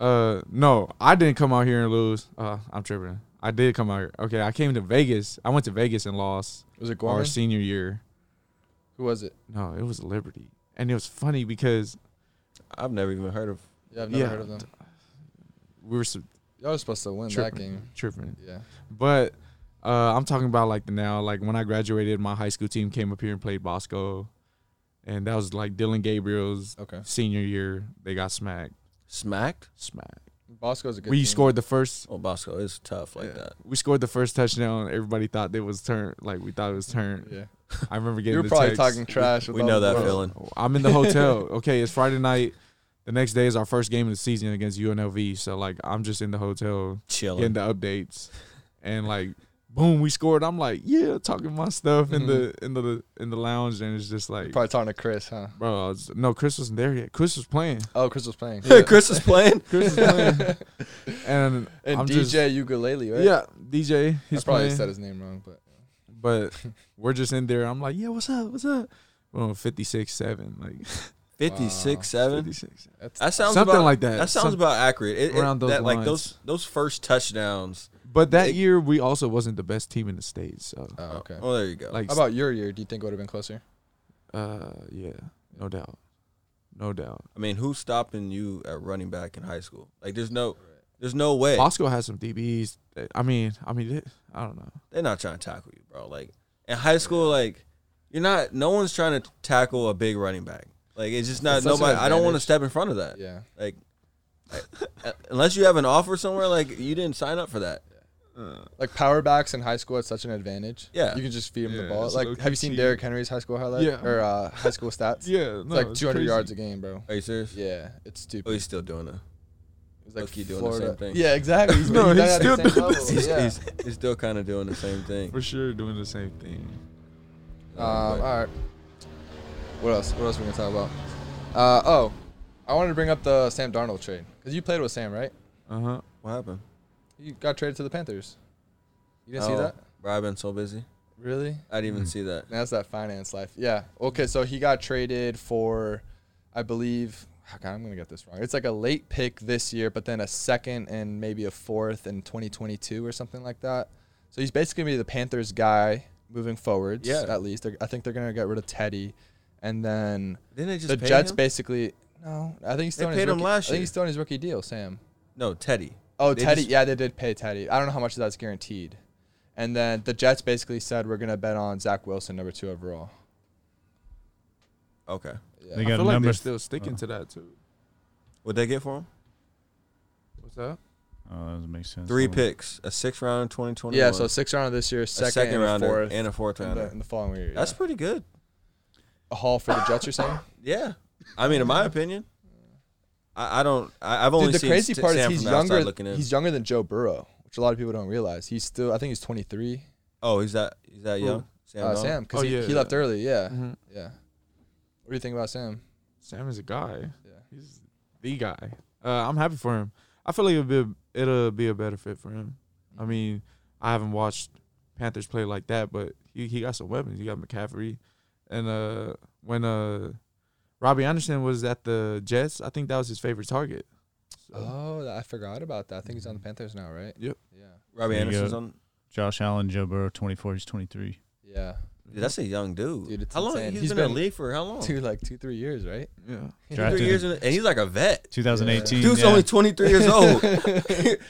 Uh, no, I didn't come out here and lose. Uh, I'm tripping. I did come out here. Okay, I came to Vegas. I went to Vegas and lost Was it our Gorman? senior year. Who was it? No, it was Liberty, and it was funny because I've never even heard of. Yeah, I've never Yeah. heard of them. we were su- Y'all were supposed to win that tripping, game. tripping. Yeah. But uh, I'm talking about like the now. Like when I graduated, my high school team came up here and played Bosco, and that was like Dylan Gabriel's Okay. senior year. They got smacked, Smacked? smacked. Bosco's a good. we team. scored the first Oh, Bosco is tough like Yeah. that. we scored the first touchdown. Everybody thought it was turn. Like we thought it was [LAUGHS] turn. Yeah. I remember getting. You were the probably text. talking trash. with we all know the that girls. feeling. I'm in [LAUGHS] the hotel. Okay, it's Friday night. The next day is our first game of the season against UNLV. So like, I'm just in the hotel Chilling. [LAUGHS] getting [LAUGHS] the updates, and like, boom, we scored. I'm like, yeah, talking my stuff in the in the in the lounge, and it's just like, Mm-hmm. Probably talking to Chris, huh? bro, I was- no, Chris wasn't there yet. Chris was playing. Oh, Chris was playing. Chris is playing. Chris was playing, [LAUGHS] and, [LAUGHS] And I'm DJ just- ukulele, [LAUGHS] right? yeah, DJ, I he's probably playing. said his name wrong, but [LAUGHS] but we're just in there. I'm like, yeah, what's up? What's up? Well, 56 7, like 56 7. 56. that's That sounds Something about, like that. That sounds Some- about accurate. It, it- around those that, like lines. those those first touchdowns. But that It- year, we also wasn't the best team in the States. So, oh, okay. Oh, there you go. like, How about your year? Do you think it would have been closer? uh, yeah, no doubt. No doubt. I mean, who's stopping you at running back in high school? Like, there's no There's no way Bosco has some DBs. that- I mean, I mean, it- I don't know. they're not trying to tackle you, bro. Like in high school, like you're not. No one's trying to tackle a big running back. Like it's just not It's such an nobody. I don't want advantage. to step in front of that. Yeah. Like I- unless you have an offer somewhere, like you didn't sign up for that. Like power backs in high school, it's such an advantage. Yeah. You can just feed him Yeah, the ball. it's Like, low-key have you seen cheating. Derrick Henry's high school highlight? Yeah. Or uh, high school stats? [LAUGHS] Yeah, It's like 200 yards a game, [LAUGHS] bro. Are you serious? Yeah. It's Oh, stupid. he's still doing it. It's like low-key doing the same Florida- thing. Yeah, exactly. He's, No, he's he's at the still same doing the level, He's, yeah. he's, he's still kind of doing the same [LAUGHS] thing. for sure doing the same thing. Um, all right. What else? What else we gonna talk about? Uh, oh, I wanted to bring up the Sam Darnold trade because you played with Sam, right? Uh huh. What happened? You got traded to the Panthers. You didn't see Oh, that? Hmm. Bro, I've been so busy. Really? I didn't even Mm. see that. That's that finance life. Yeah. Okay. So he got traded for, I believe. oh, God, I'm gonna get this wrong. It's like a late pick this year, but then a second and maybe a fourth in 2022 or something like that. So he's basically gonna be the Panthers guy moving forwards. Yeah. At least They're- I think they're gonna get rid of Teddy, and then Didn't they just the pay Jets him? basically. No, I think he's still They on his paid him rookie, last I think year. he's still on his rookie deal, Sam. No, Teddy. Oh, They Teddy. just- yeah, they did pay Teddy. I don't know how much of that's guaranteed. And then the Jets basically said we're gonna bet on Zach Wilson, number two overall. Okay. Yeah. They I got feel like number they're th- still sticking to that too. What'd they get for him? What's that? Oh, that doesn't make sense. Three Hold on. picks, a sixth round in 2021. yeah, so six round this year, a second, and a rounder fourth, and a fourth in, rounder. the, in the following year. That's yeah. pretty good. a haul for the Jets. You're saying? Yeah. I mean, in my opinion, I, I don't. I, I've only Dude, the seen crazy St- part Sam is he's from the outside younger. Looking in. He's younger than Joe Burrow, which a lot of people don't realize. He's still, I think he's 23. oh, he's that. He's that Who? young. Sam. uh, Darnold? Sam, because Oh, he, yeah, he left yeah. early. Yeah, Mhm. yeah. What do you think about Sam? Sam is a guy. Yeah. He's the guy. Uh, I'm happy for him. I feel like it'll be a, it'll be a better fit for him. I mean, I haven't watched Panthers play like that, but he, he got some weapons. He got McCaffrey, and uh, when uh, Robbie Anderson was at the Jets, I think that was his favorite target. So, Oh, I forgot about that. I think he's on the Panthers now, right? Yep. Yeah. Robbie There you Anderson's go. on. Josh Allen, Joe Burrow, 24. He's 23. Yeah. Dude, that's a young dude. Dude, it's how long? insane. he's He's been in been- the league for how long? Two like two three years, [LAUGHS] right? yeah. three Drafted years, in, and he's like a vet. 2018. Dude's yeah. only 23 years [LAUGHS] old. [LAUGHS]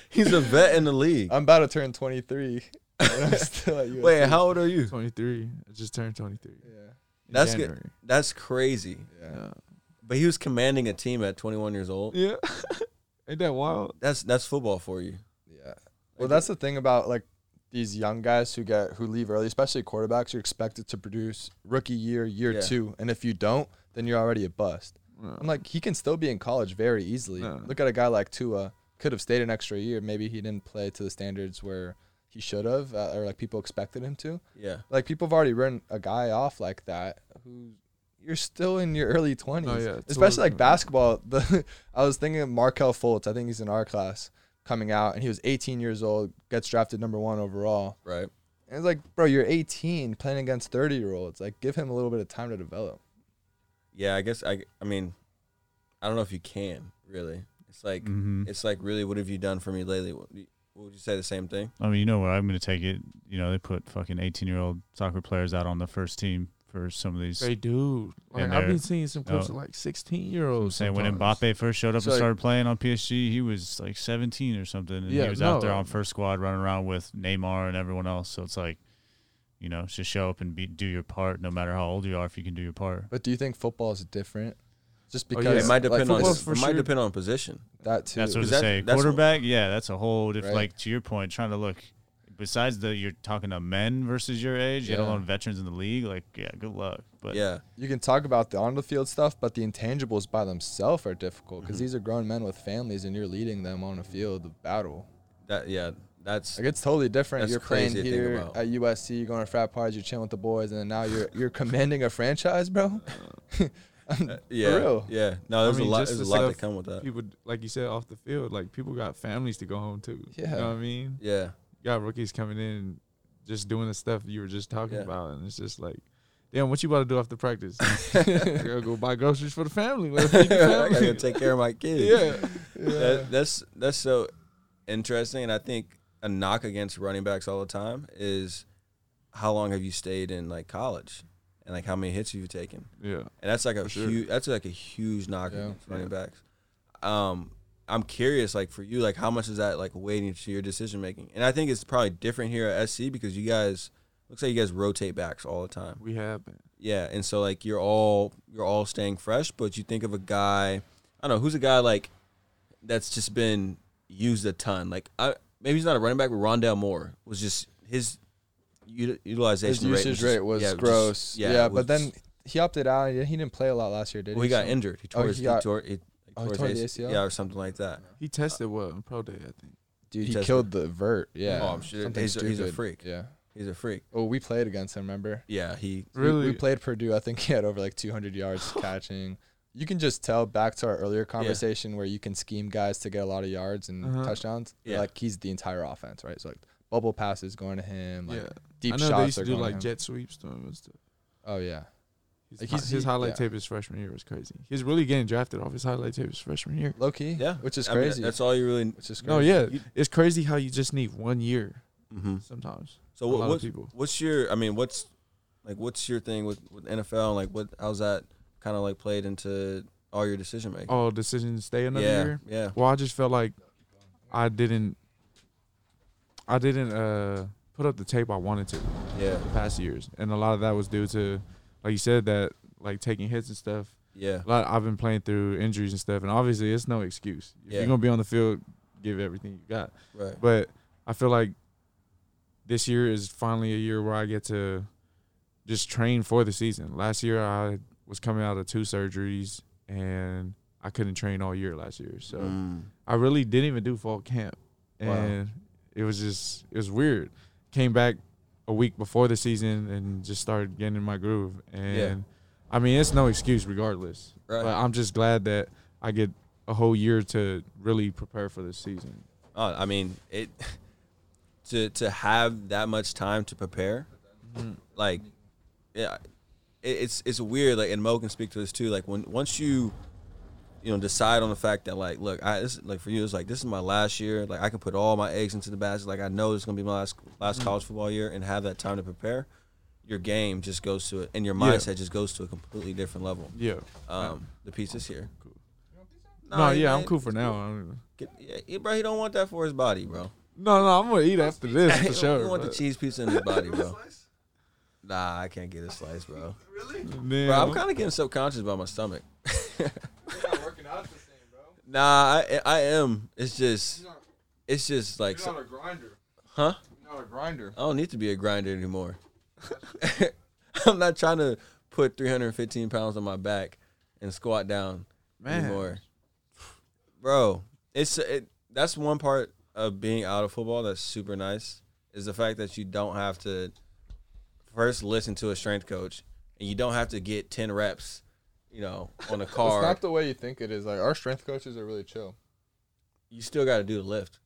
he's a vet in the league. [LAUGHS] I'm about to turn [LAUGHS] 23. And I'm still at USC. Wait, how old are you? 23. I just turned 23. Yeah. in That's good. January. That's crazy. Yeah. But he was commanding a team at 21 years old. Yeah. [LAUGHS] Ain't that wild? That's that's football for you. Yeah. Well, that's the thing about like these young guys who get who leave early, especially quarterbacks. You're expected to produce rookie year, year Yeah. two, and if you don't, then you're already a bust. I'm like, he can still be in college very easily. No. Look at a guy like Tua, could have stayed an extra year. Maybe he didn't play to the standards where he should have, uh, or like people expected him to. Yeah. Like people have already written a guy off like that who you're still in your early 20s. Oh, yeah, Tua's Especially like gonna- basketball. [LAUGHS] The I was thinking of Markel Fultz. I think he's in our class coming out and he was 18 years old, gets drafted number 1 overall. Right. And it's like, bro, you're 18 playing against 30-year-olds. Like give him a little bit of time to develop. Yeah. I guess I. I mean, I don't know if you can really. It's like Mm-hmm. Mhm. it's like really. What have you done for me lately? What, would you say the same thing? I mean, you know what? I'm going to take it. You know, they put fucking 18 year old soccer players out on the first team for some of these. They do. Like, And I've they're- been seeing some clips no. of like 16 year I'm olds. saying when sometimes. Mbappe first showed up So, and like- started playing on PSG, he was like 17 or something, and Yeah, he was out there no. on first squad running around with Neymar and everyone else. So it's like, you know, just show up and be, do your part, no matter how old you are. If you can do your part, But do you think football is different? Just Oh, yeah. because It might depend like, on. football's football's for it might sure. depend on position. that too. That's what I 'Cause was gonna that- say. that's what- Quarterback, yeah, that's a whole different. Right. Like to your point, trying to look. Besides the, you're talking to men versus your age, let Yeah. alone veterans in the league. Like, yeah, good luck. But yeah. you can talk about the on the field stuff, but the intangibles by themselves are difficult Mm-hmm. because these are grown men with families and you're leading them on a field of battle. That. Yeah. That's. Like it's totally different. That's you're playing crazy to think here about. at USC, you're going to frat parties, you're chilling with the boys, and then now you're you're [LAUGHS] commanding a franchise, bro. I'm- Yeah. For real. Yeah. No. There's mean, a lot. just There's a the lot stuff that come with that. People, like you said, off the field, like people got families to go home to. Yeah. You know what I mean? Yeah. You got rookies coming in and just doing the stuff you were just talking Yeah. about. And it's just like, damn, what you about to do [LAUGHS] after practice? Girl, go buy groceries for the family. Let's feed [LAUGHS] the I gotta family. go take care of my kids. yeah. That, that's that's so interesting, and I think a knock against running backs all the time is how long have you stayed in like college, and like how many hits have you taken, Yeah. and that's like a For sure. huge that's like a huge knock Yeah. against running backs. Um, I'm curious, like for you, like how much is that like weighting to your decision making? And I think it's probably different here at SC because you guys looks like you guys rotate backs all the time. We have man. Yeah, and so like you're all you're all staying fresh, but you think of a guy, I don't know who's a guy like that's just been used a ton. Like I maybe he's not a running back, but Rondell Moore was just his uti- His utilization usage just- rate was yeah, just- gross. yeah, it was but then just- he opted out. He he didn't play a lot last year, did well, he? he got So- injured. He Oh, tore, he his, he got- tore, he, Oh, he tore tore the his ACL? yeah, or something like that. He tested well in pro day, I think. Dude, he Tesla. killed the vert. Yeah. Oh, I'm sure. Something He's a- he's a stupid. freak. Yeah. He's a freak. Oh, we played against him. Remember? Yeah, he We- We, played Purdue. I think he had over like 200 [LAUGHS] yards catching. You can just tell back to our earlier conversation where you can scheme guys to get a lot of yards and Uh-huh. touchdowns. Yeah. Like he's the entire offense, right? So like bubble passes going to him, like yeah. deep I know shots they used are to do going like to him. jet sweeps to him and stuff. Oh yeah. His, Like, hi- he's- his he- highlight yeah. tape his freshman year was crazy. He's really getting drafted off his highlight tape his freshman year. Low key. yeah, Which is I mean, crazy. that's all you really. which is crazy. No, yeah, it's crazy how you just need one year hmm sometimes. So a what, lot what's of people. what's your? I mean, what's like what's your thing with with NFL? And, like what? How's that kind of like played into all your decision making? Oh, decision to stay another yeah, year. yeah. Well, I just felt like I didn't, I didn't uh, put up the tape I wanted to Yeah, the past years, and a lot of that was due to, like you said, that like taking hits and stuff. yeah, A lot I've been playing through injuries and stuff, and obviously it's no excuse. If Yeah. you're gonna be on the field, give everything you got. right. But I feel like this year is finally a year where I get to just train for the season. Last year I was coming out of two surgeries and I couldn't train all year last year. So Mm. I really didn't even do fall camp. Wow. And it was just it was weird. Came back a week before the season and just started getting in my groove. And I mean it's no excuse regardless. Right. But I'm just glad that I get a whole year to really prepare for this season. Oh, I mean, it [LAUGHS] to to have that much time to prepare, like, yeah, it, it's it's weird. Like, and Mo can speak to this too. Like, when once you, you know, decide on the fact that like, look, I this like for you, it's like this is my last year. Like, I can put all my eggs into the basket. Like, I know it's gonna be my last Mm-hmm. last college football year, and have that time to prepare. Your game just goes to it, and your Yeah. mindset just goes to a completely different level. Yeah. Um, the piece is here. Cool. Nah, No, he- yeah, I'm man, cool for it's now. I don't- Get, yeah, he- bro, he don't want that for his body, bro. No, no, I'm gonna eat [LAUGHS] after this for sure. You want the but- cheese pizza in his body, bro. Nah, I can't get a slice, bro. Man, Bro, I'm I'm- kind of getting subconscious about my stomach. [LAUGHS] Nah, I, I am. It's just, it's just like, so- a grinder. huh? Not a grinder. I don't need to be a grinder anymore. [LAUGHS] I'm not trying to put 315 pounds on my back and squat down Man. anymore, bro. It's it, that's one part of being out of football that's super nice is the fact that you don't have to first listen to a strength coach and you don't have to get 10 reps, you know, on a It's car. not the way you think it is. Like our strength coaches are really chill. you still got to do the lift.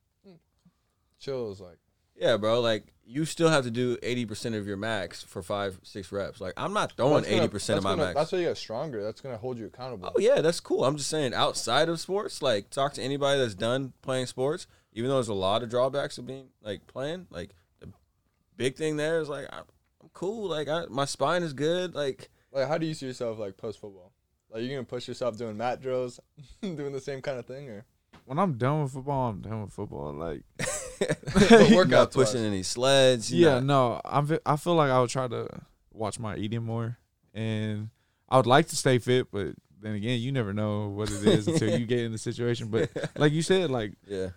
Chill is like Yeah, bro. Like you still have to do 80% of your max for five, six reps. Like I'm not throwing That's gonna- 80% of that's my gonna- max. That's why you get stronger. That's gonna hold you accountable. Oh yeah, that's cool. I'm just saying outside of sports, like talk to anybody that's done playing sports, even though there's a lot of drawbacks of being like playing, like the big thing there is like I'm I'm cool, like I, my spine is good, [LAUGHS] like Like, how do you see yourself like post football? Like, you gonna push yourself doing mat drills, [LAUGHS] doing the same kind of thing, or when I'm done with football, I'm done with football. [LAUGHS] Like, the you're not workout pushing any sleds. you're yeah, not- no, I'm. fe- I feel like I would try to watch my eating more, and I would like to stay fit, but then again, you never know what it is until you get in the situation. [LAUGHS] But like you said, like yeah,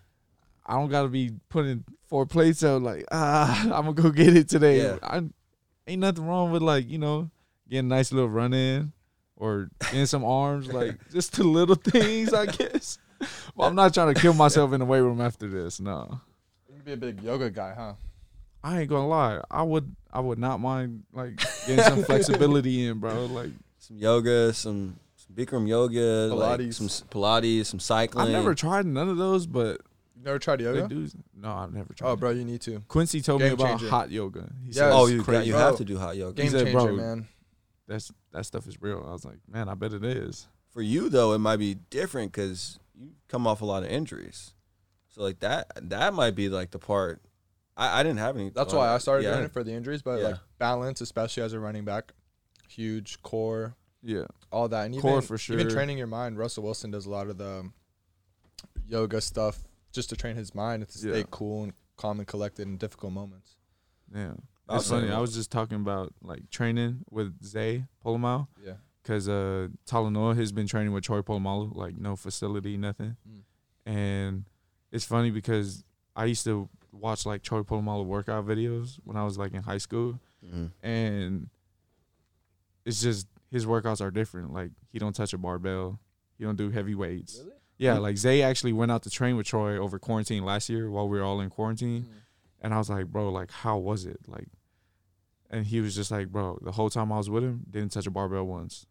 I don't gotta be putting four plates out. Like, ah, [LAUGHS] I'm gonna go get it today. Yeah. I ain't nothing wrong with like you know getting a nice little run in or getting [LAUGHS] some arms. Like just the little things, I guess. But I'm not trying to kill myself in the weight room after this. No, you gonna be a big yoga guy, huh? I ain't gonna lie. I would, I would not mind like getting some [LAUGHS] flexibility in, bro. Like some yoga, some, some Bikram yoga, Like, Pilates. some s- Pilates, some I've cycling. never tried none of those, but You never tried they yoga? do. No, I've never tried. Oh, bro, you need to. Quincy told me Game about changer. hot yoga. He Yes. said, oh, it's you crazy. you bro. have to do hot yoga. Game said, changer, bro, man. that's that stuff is real. I was like, man, I bet it is. For you though, it might be different because you come off a lot of injuries, so like that that might be like the part. I, I didn't have any. That's well, why I started yeah, doing it for the injuries, but Yeah. like balance, especially as a running back, huge core, Yeah, all that, and even Core for even sure. training your mind. Russell Wilson does a lot of the um, yoga stuff just to train his mind to stay Yeah. cool and calm and collected in difficult moments. Yeah. I'll It's say funny. that. I was just talking about like training with Zay Polamalu Yeah. because uh, Talanoa has been training with Troy Polamalu, like no facility, nothing. Mm. And it's funny because I used to watch like Troy Polamalu workout videos when I was like in high school, and it's just his workouts are different. Like he don't touch a barbell, he don't do heavy weights. Really? Yeah, like Zay actually went out to train with Troy over quarantine last year while we were all in quarantine. And I was like, bro, like, how was it? Like, and he was just like, bro, the whole time I was with him, didn't touch a barbell once.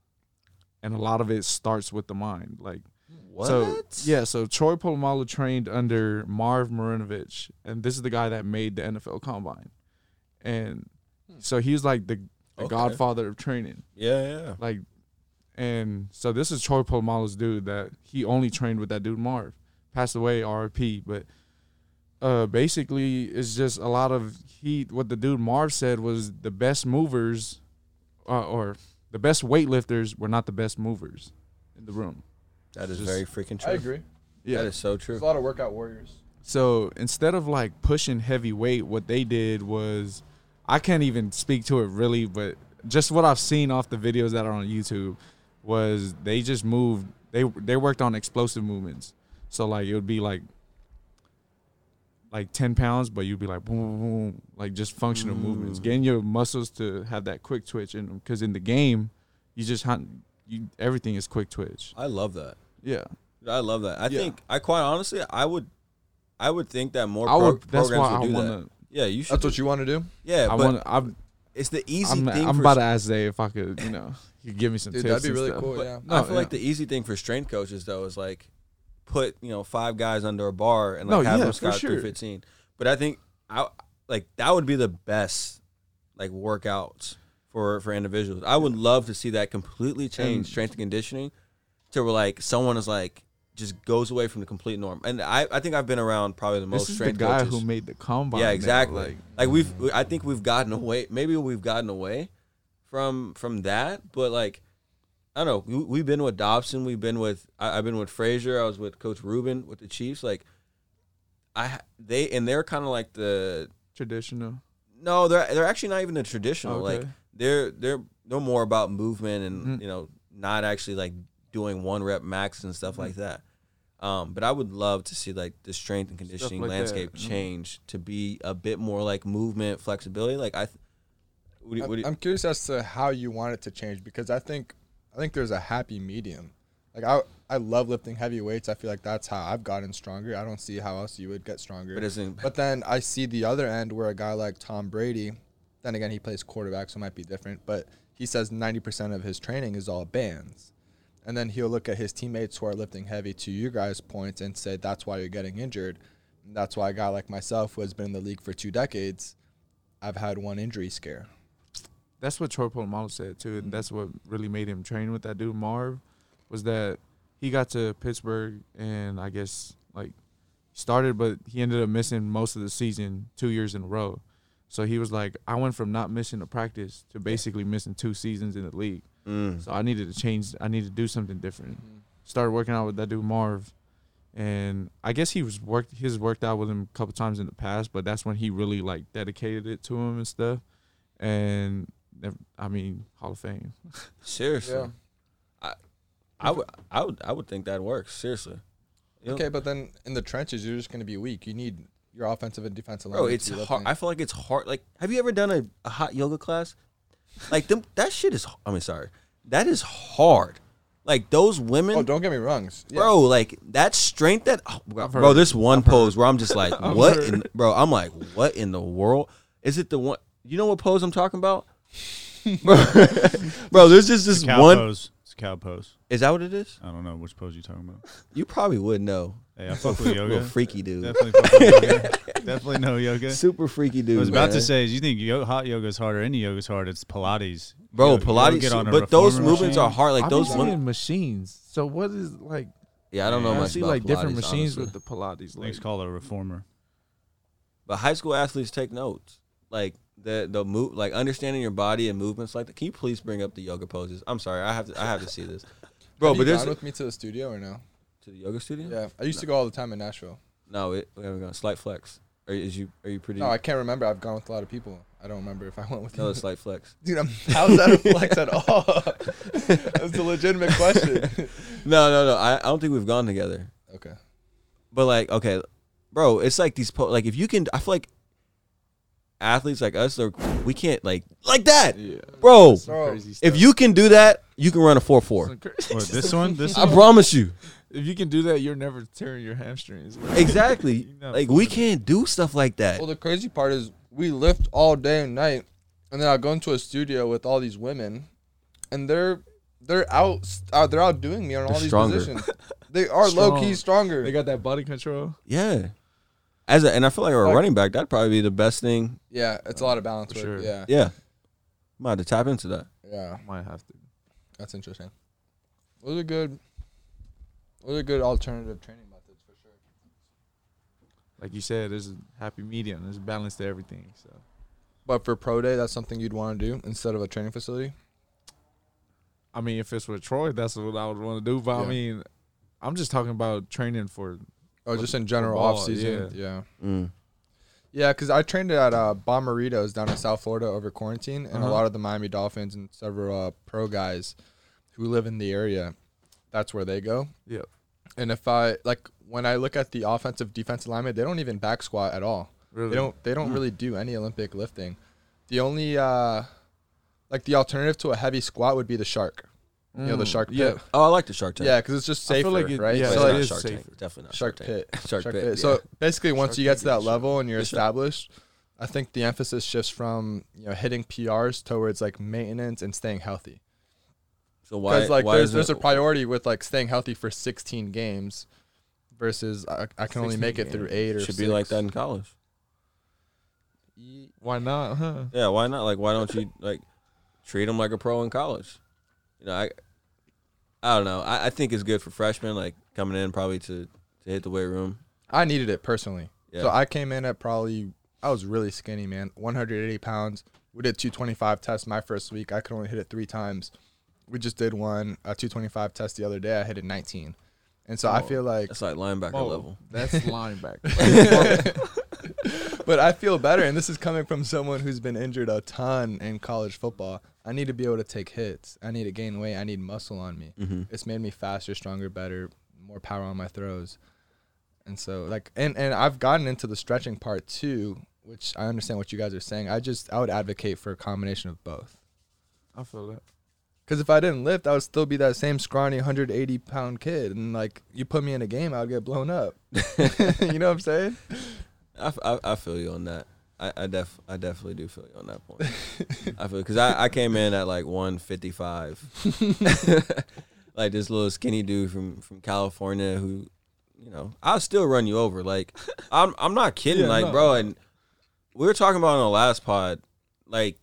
And a lot of it starts with the mind. Like, What? so, yeah, so Troy Polamalu trained under Marv Marinovich, and this is the guy that made the NFL combine. And Hmm. so he's like the, the Okay. godfather of training. Yeah, yeah. Like, and so this is Troy Polamalu's dude that he only trained with that dude Marv. Passed away, RP. But uh, basically, it's just a lot of he. What the dude Marv said was the best movers, uh, or the best weightlifters were not the best movers in the room. That is Just- very freaking I true. agree. That is so true. There's a lot of workout warriors. So instead of like pushing heavy weight, what they did was, I can't even speak to it really, but just what I've seen off the videos that are on YouTube was they just moved. They they worked on explosive movements. So like it would be like like ten pounds, but you'd be like boom, boom, boom like just functional movements, Mm. getting your muscles to have that quick twitch in them. Because in the game, you just hunt. You, everything is quick twitch. I love that. Yeah. I love that. I Yeah. think I quite honestly, I would, I would think that more I pro- would- that's programs why would I do that. wanna- Yeah, you should. That's what you want to do? yeah, I but want. I it's the easy I'm, thing. I'm for about to ask Zay if I could, you know, you could give me some Dude, tips. that'd be and really stuff. cool. But- Oh, yeah. No, I feel yeah. like the easy thing for strength coaches though is like put you know five guys under a bar and like No, have yeah, them for squat sure. through fifteen. But I think I like that would be the best like workouts for for individuals. I would love to see that completely change And- strength and conditioning to where like someone is like just goes away from the complete norm. And I I think I've been around probably the most This is the strength guy coaches. who made the combine. Yeah, now, exactly. like, Like, we've, we, I think we've gotten away. Maybe we've gotten away from from that, but like, I don't know. We, we've been with Dobson. We've been with. I, I've been with Frazier. I was with Coach Rubin with the Chiefs. Like, I they and they're kind of like the traditional. no. They're they're actually not even the traditional. Okay. Like they're they're they're more about movement and Mhm. you know not actually like doing one rep max and stuff Mm-hmm. like that. Um, but I would love to see like the strength and conditioning like that. landscape Mhm. change to be a bit more like movement flexibility. Like I, th- what do you, I'm, what do you, I'm curious as to how you want it to change because I think I think there's a happy medium. Like I I love lifting heavy weights. I feel like that's how I've gotten stronger. I don't see how else you would get stronger. but isn't But then I see the other end where a guy like Tom Brady, then again, he plays quarterback, so it might be different, but he says 90% of his training is all bands. And then he'll look at his teammates who are lifting heavy to you guys' points and say, that's why you're getting injured. And that's why a guy like myself, who has been in the league for two decades, I've had one injury scare. That's what Troy Polamalu said too, and that's what really made him train with that dude Marv, was that he got to Pittsburgh and I guess like started, but he ended up missing most of the season two years in a row. So he was like, I went from not missing a practice to basically missing two seasons in the league. mm, So I needed to change. I needed to do something different. Mm-hmm. Started working out with that dude Marv, and I guess he was worked. He's worked out with him a couple times in the past, but that's when he really like dedicated it to him and stuff. And ev- I mean, Hall of Fame. seriously, Yeah. I would, I would, I would think that works seriously. You know, Okay, but then in the trenches, you're just going to be weak. You need your offensive and defensive line. bro, it's hard. I feel like it's hard. Like, have you ever done a, a hot yoga class? Like them, that shit is. I mean, sorry, that is hard. Like those women. oh, don't get me wrong. S- yeah. bro. Like that strength that oh, bro, heard. bro, This one pose where I'm just [LAUGHS] like, I've what, heard. in, bro? I'm like, what in the world? Is it the one? You know what pose I'm talking [LAUGHS] about? bro, [LAUGHS] bro, there's just this cow one. pose. It's a cow pose. Is that what it is? I don't know which pose you're talking about. You probably would know. Hey, [LAUGHS] I fuck with Little yoga. freaky dude. Definitely, fuck with yoga. [LAUGHS] definitely no yoga. Super freaky dude. I was about man. to say, you think yo- hot yoga is hard or any yoga is hard? It's Pilates, bro, You know, you Pilates. don't get on a but those reformer movements machine. are hard. Like I've those been one. seeing machines. So what is like? Yeah, I don't know Yeah, I much see about like different Pilates, machines honestly. with the Pilates. Things Like, called a [LAUGHS] reformer. But high school athletes take notes. Like the the move, like understanding your body and movements like that. Can you [LAUGHS] please bring up the yoga poses? I'm sorry, I have to I have to see this, bro. Have you but there's gone with me to the studio or no? to the yoga studio? Yeah, I used to go all the time in Nashville. No, we, we haven't gone. Slight flex. Are you, is you are you pretty? No, I can't remember. I've gone with a lot of people. I don't remember if I [LAUGHS] went with. no, you. it's slight flex. Dude, [LAUGHS] I'm, how's that a flex at all? That's a legitimate question. [LAUGHS] No, no, no. I, I don't think we've gone together. Okay. But like, okay, bro, it's like these po- like if you can, I feel like athletes like us are we can't like like that, Yeah. bro. Bro, Crazy stuff. If you can do that, you can run a four four. Or this [LAUGHS] one, this I one. promise you. if you can do that, you're never tearing your hamstrings. [LAUGHS] Exactly. You're not Like we fucking- can't do stuff like that. Well, the crazy part is we lift all day and night, and then I go into a studio with all these women, and they're they're out uh, they're outdoing me on They're all these stronger. positions. They [LAUGHS] are low key Strong. stronger. They got that body control. Yeah. As a, and I feel like a Like- running back, that'd probably be the best thing. yeah, it's a lot of balance. For work. sure. Yeah, Yeah. Might have to tap into that. yeah, Might have to. that's interesting. Those are good. Those are good alternative training methods for sure. Like you said, there's a happy medium. There's balance to everything. So But for pro day, that's something you'd want to do instead of a training facility. I mean, if it's with Troy, that's what I would want to do. But Yeah. I mean, I'm just talking about training for Or With- just in general ball, off season. yeah. yeah. Mm. Yeah, because I trained at uh, Bomberitos down in South Florida over quarantine, and a Uh-huh. lot of the Miami Dolphins and several uh, pro guys who live in the area, that's where they go. Yep. And if I like when I look at the offensive defensive linemen, they don't even back squat at all. really. They don't. They don't really do any Olympic lifting. The only uh, like the alternative to a heavy squat would be the shark. You know the Mm, shark pit. Yeah. Yeah, 'cause Oh, I like the Shark Tank. yeah, because it's just I safer, feel like it- right? yeah, so But it's like, not is Shark Tank. safer. Definitely not Shark Pit. Shark Pit, yeah. So basically, once Shark you get Tank to is that the level and you're Yes, sir. established, I think the emphasis shifts from you know hitting PRs towards like maintenance and staying healthy. So why? Because like why there's is there's a it- priority with like staying healthy for 16 games, versus I, I can only make it 16 through eight or should be like six. that in college. Why not? Huh? Yeah, why not? Like, why don't you like treat them like a pro in college? You know, I, I don't know. I, I think it's good for freshmen, like coming in probably to to hit the weight room. I needed it personally. Yeah, So I came in at probably I was really skinny, man, 180 pounds. We did 225 tests my first week. I could only hit it three times. We just did one a 225 test the other day. I hit it 19, and so I Oh, feel like that's like linebacker Whoa, level. That's linebacker. but I feel better, and this is coming from someone who's been injured a ton in college football. I need to be able to take hits. I need to gain weight. I need muscle on me. Mm-hmm. It's made me faster, stronger, better, more power on my throws. And so, like, and and I've gotten into the stretching part too, which I understand what you guys are saying. I just I would advocate for a combination of both. I feel that. Because if I didn't lift, I would still be that same scrawny 180 pound kid. And like, you put me in a game, I would get blown up. [LAUGHS] you know what I'm saying? I, f- I- I feel you on that. I, I def I definitely do feel you on [LAUGHS] that point. I feel because I, I came in at like [LAUGHS] 155, like this little skinny dude from from California who, you know, I'll still run you over. Like I'm I'm not kidding, Yeah, like no. bro. And we were talking about on the last pod, like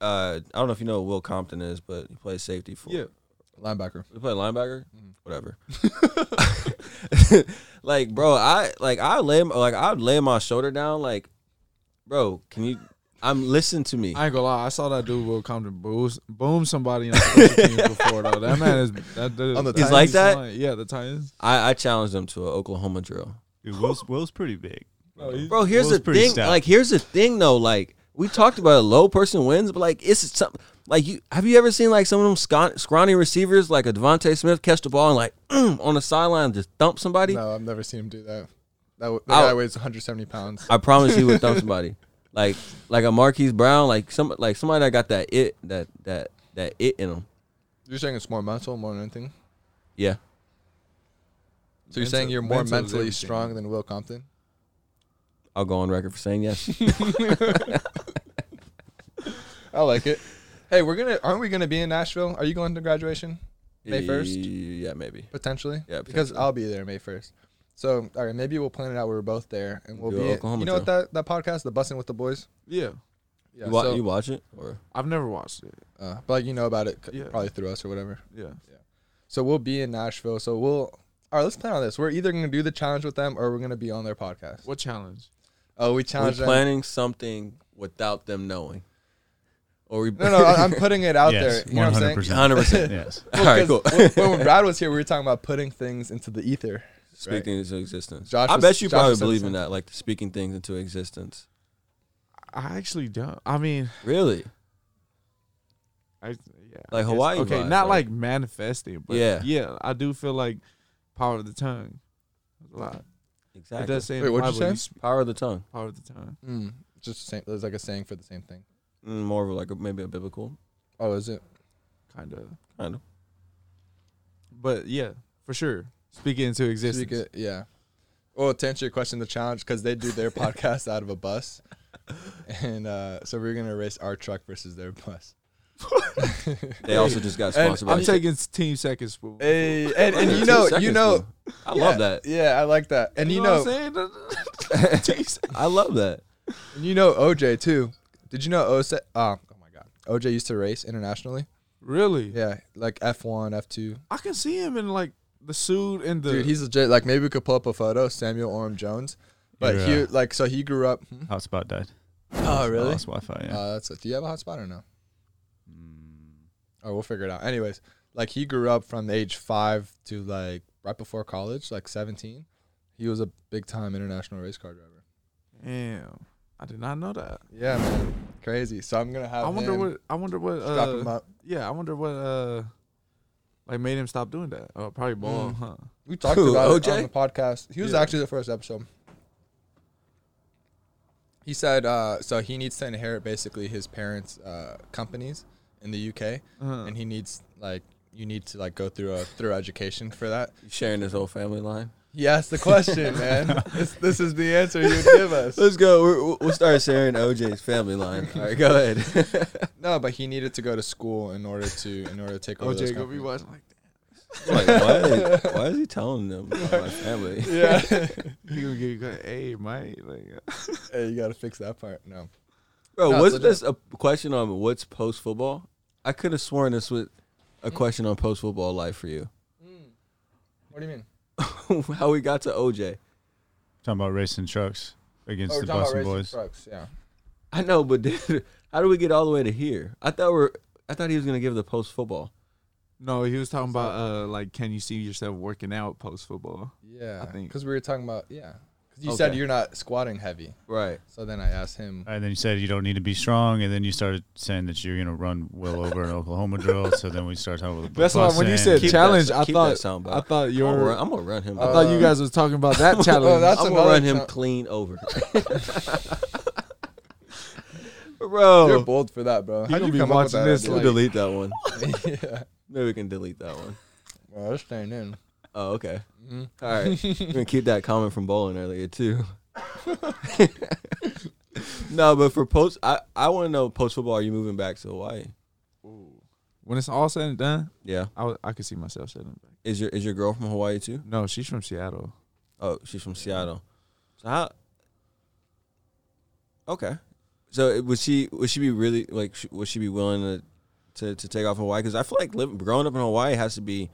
uh I don't know if you know who Will Compton is, but he plays safety for Yeah. Linebacker. we play linebacker, Mhm. whatever. [LAUGHS] like, bro, I like I lay like I lay my shoulder down. Like, bro, can you? I'm listen to me. I ain't gonna lie. I saw that dude Will Compton boos, boom somebody on the special teams before though. That man is that dude. On the Titans like that? line. Yeah, the Titans. I, I challenged them to an Oklahoma drill. Dude, Will's, Will's pretty big. Bro, here's Will's the pretty thing. stout. Like, here's the thing though. Like, we talked about a low person wins, but like, it's something. Like, you have you ever seen like some of them scon- scrawny receivers, like a Devontae Smith, catch the ball and like [CLEARS THROAT] on the sideline just thump somebody? No, I've never seen him do that. That, w- that I'll- guy weighs 170 pounds. I promise he would thump somebody. Like like a Marquise Brown, like some like somebody that got that it that that that it in them. You're saying it's more mental more than anything. Yeah. So you're Mental- saying you're more mental is mentally everything. strong than Will Compton? I'll go on record for saying yes. I like it. [LAUGHS] Hey, we're gonna aren't we gonna be in Nashville? Are you going to graduation [LAUGHS] May 1st? Yeah, maybe. potentially? Yeah, Because potentially. I'll be there May first. So all right, maybe we'll plan it out. where We're both there, and we'll Do be. Oklahoma you know what that that podcast, the busing with the boys. Yeah, Yeah. you, wa- so, you watch it or I've never watched it. uh, but like you know about it, c- Yeah. probably through us or whatever. Yeah, So we'll be in Nashville. So we'll. All right, let's plan on this. We're either gonna do the challenge with them, or we're gonna be on their podcast. what challenge? Oh, we we're challenge them. planning something without them knowing. Or we No, no, I- [LAUGHS] I'm putting it out there. yes, You know what I'm saying? 100%. [LAUGHS] hundred percent. yes. All right, cool. 'Cause when, when Brad was here, we were talking about putting things into the ether. [LAUGHS] Speaking into existence. Josh I was- bet you Josh probably was said the believe in same. that, like speaking things into existence. I actually don't. I mean, Really? I yeah. I Like guess- Hawaii Okay, vibe, not right? like manifesting, but Yeah. yeah, yeah. I do feel like power of the tongue. A lot. Exactly. It does say in Wait, the what'd you Bible, say? speak Power of the tongue. power of the tongue. Mm, just the same. There's like a saying for the same thing. Mm, More of like a, maybe a biblical Oh, is it? kind of. kind of. But yeah, for sure. Speak it into So you existence. could- yeah. Well, to answer your question, the challenge because they do [LAUGHS] their podcast out of a bus, and uh, so we're gonna race our truck versus their bus. They also just got and sponsored by. I'm taking s- team seconds. Boo. Hey, and, [LAUGHS] and you Two know, you seconds, know, bro. [LAUGHS] I yeah, love that. Yeah, I like that, and you, know, what [LAUGHS] I'm saying? [LAUGHS] Team sec- I love that. and you know OJ too. Did you know OJ? Uh, oh my God, OJ used to race internationally. really? Yeah, like F one, F two. I can see him in like the suit and the. Dude, he's legit. Like maybe we could pull up a photo, Samuel Orm Jones. But Yeah. he like so he grew up. Hmm? Hotspot died. Oh I really? lost Wi-Fi. Yeah. Uh, that's do you have a hotspot or no? Mm. Oh, we'll figure it out. Anyways, like he grew up from age five to like right before college, like seventeen. He was a big time international race car driver. Damn, I did not know that. Yeah, man, crazy. So I'm gonna have. I wonder him what. I wonder what. strap Oh, him Uh, up. yeah, I wonder what. Uh, like made him stop doing that. Oh, probably ball, Mm. huh? We talked Who, about it OJ? on the podcast. He was Yeah. actually the first episode. He said, uh, so he needs to inherit basically his parents' uh, companies in the UK, Uh-huh. and he needs like you need to like go through a through education for that. You sharing this whole family line. He asked the question, [LAUGHS] man. This, this is the answer you would give us. Let's go. We're, we'll start sharing OJ's family line. All right, go ahead. No, but he needed to go to school in order to in order to take over. OJ those gonna be companies. watching like [LAUGHS] [LAUGHS] like, [LAUGHS] why, why is he telling them about my family? Yeah. [LAUGHS] that. He gonna give you a hey, mate. Like, [LAUGHS] uh, hey, you gotta fix that part. No. [LAUGHS] Bro, No, it's wasn't legit. this a question on what's post football? I could have sworn this was a question on post football life for you. [LAUGHS] Hmm. What do you mean? How we got to OJ. Talking about racing trucks Oh, against the Boston boys. trucks. Yeah. I know, but [LAUGHS] dude, how do we get all the way to here? I thought we're I thought he was gonna give the post football. no, he was talking about uh, like, can you see yourself working out post football? Yeah. I think- Because we were talking about yeah. 'Cause you said Okay. you're not squatting heavy, Right. so then I asked him. And then you said you don't need to be strong, and then you started saying that you're gonna run well over an Oklahoma drill. So then we started talking about the That's why bus when you and- said Keep challenge, that- I keep thought that sound I back. thought I'm gonna, your run, I'm gonna run him. I over. thought you guys was talking about [LAUGHS] that challenge. that's I'm gonna another run him chal- clean over. [LAUGHS] Bro, You're bold for that, bro. How'd Oh. gonna you be come up with watching that this, we'll idea? delete that one. [LAUGHS] yeah. Maybe we can delete that one. Well, that's staying in. Oh, okay. Mhm. All [LAUGHS] right. We're going to keep that comment from Bowling earlier, too. [LAUGHS] no, but for post, I, I want to know post football, are you moving back to Hawaii? when it's all said and done, Yeah. I w- I could see myself sitting back. Is your is your girl from Hawaii, too? No, she's from Seattle. Oh, she's from Seattle. So, how? Okay. So, it- would she would she be really, like, sh- would she be willing to, to, to take off Hawaii? Because I feel like living, growing up in Hawaii has to be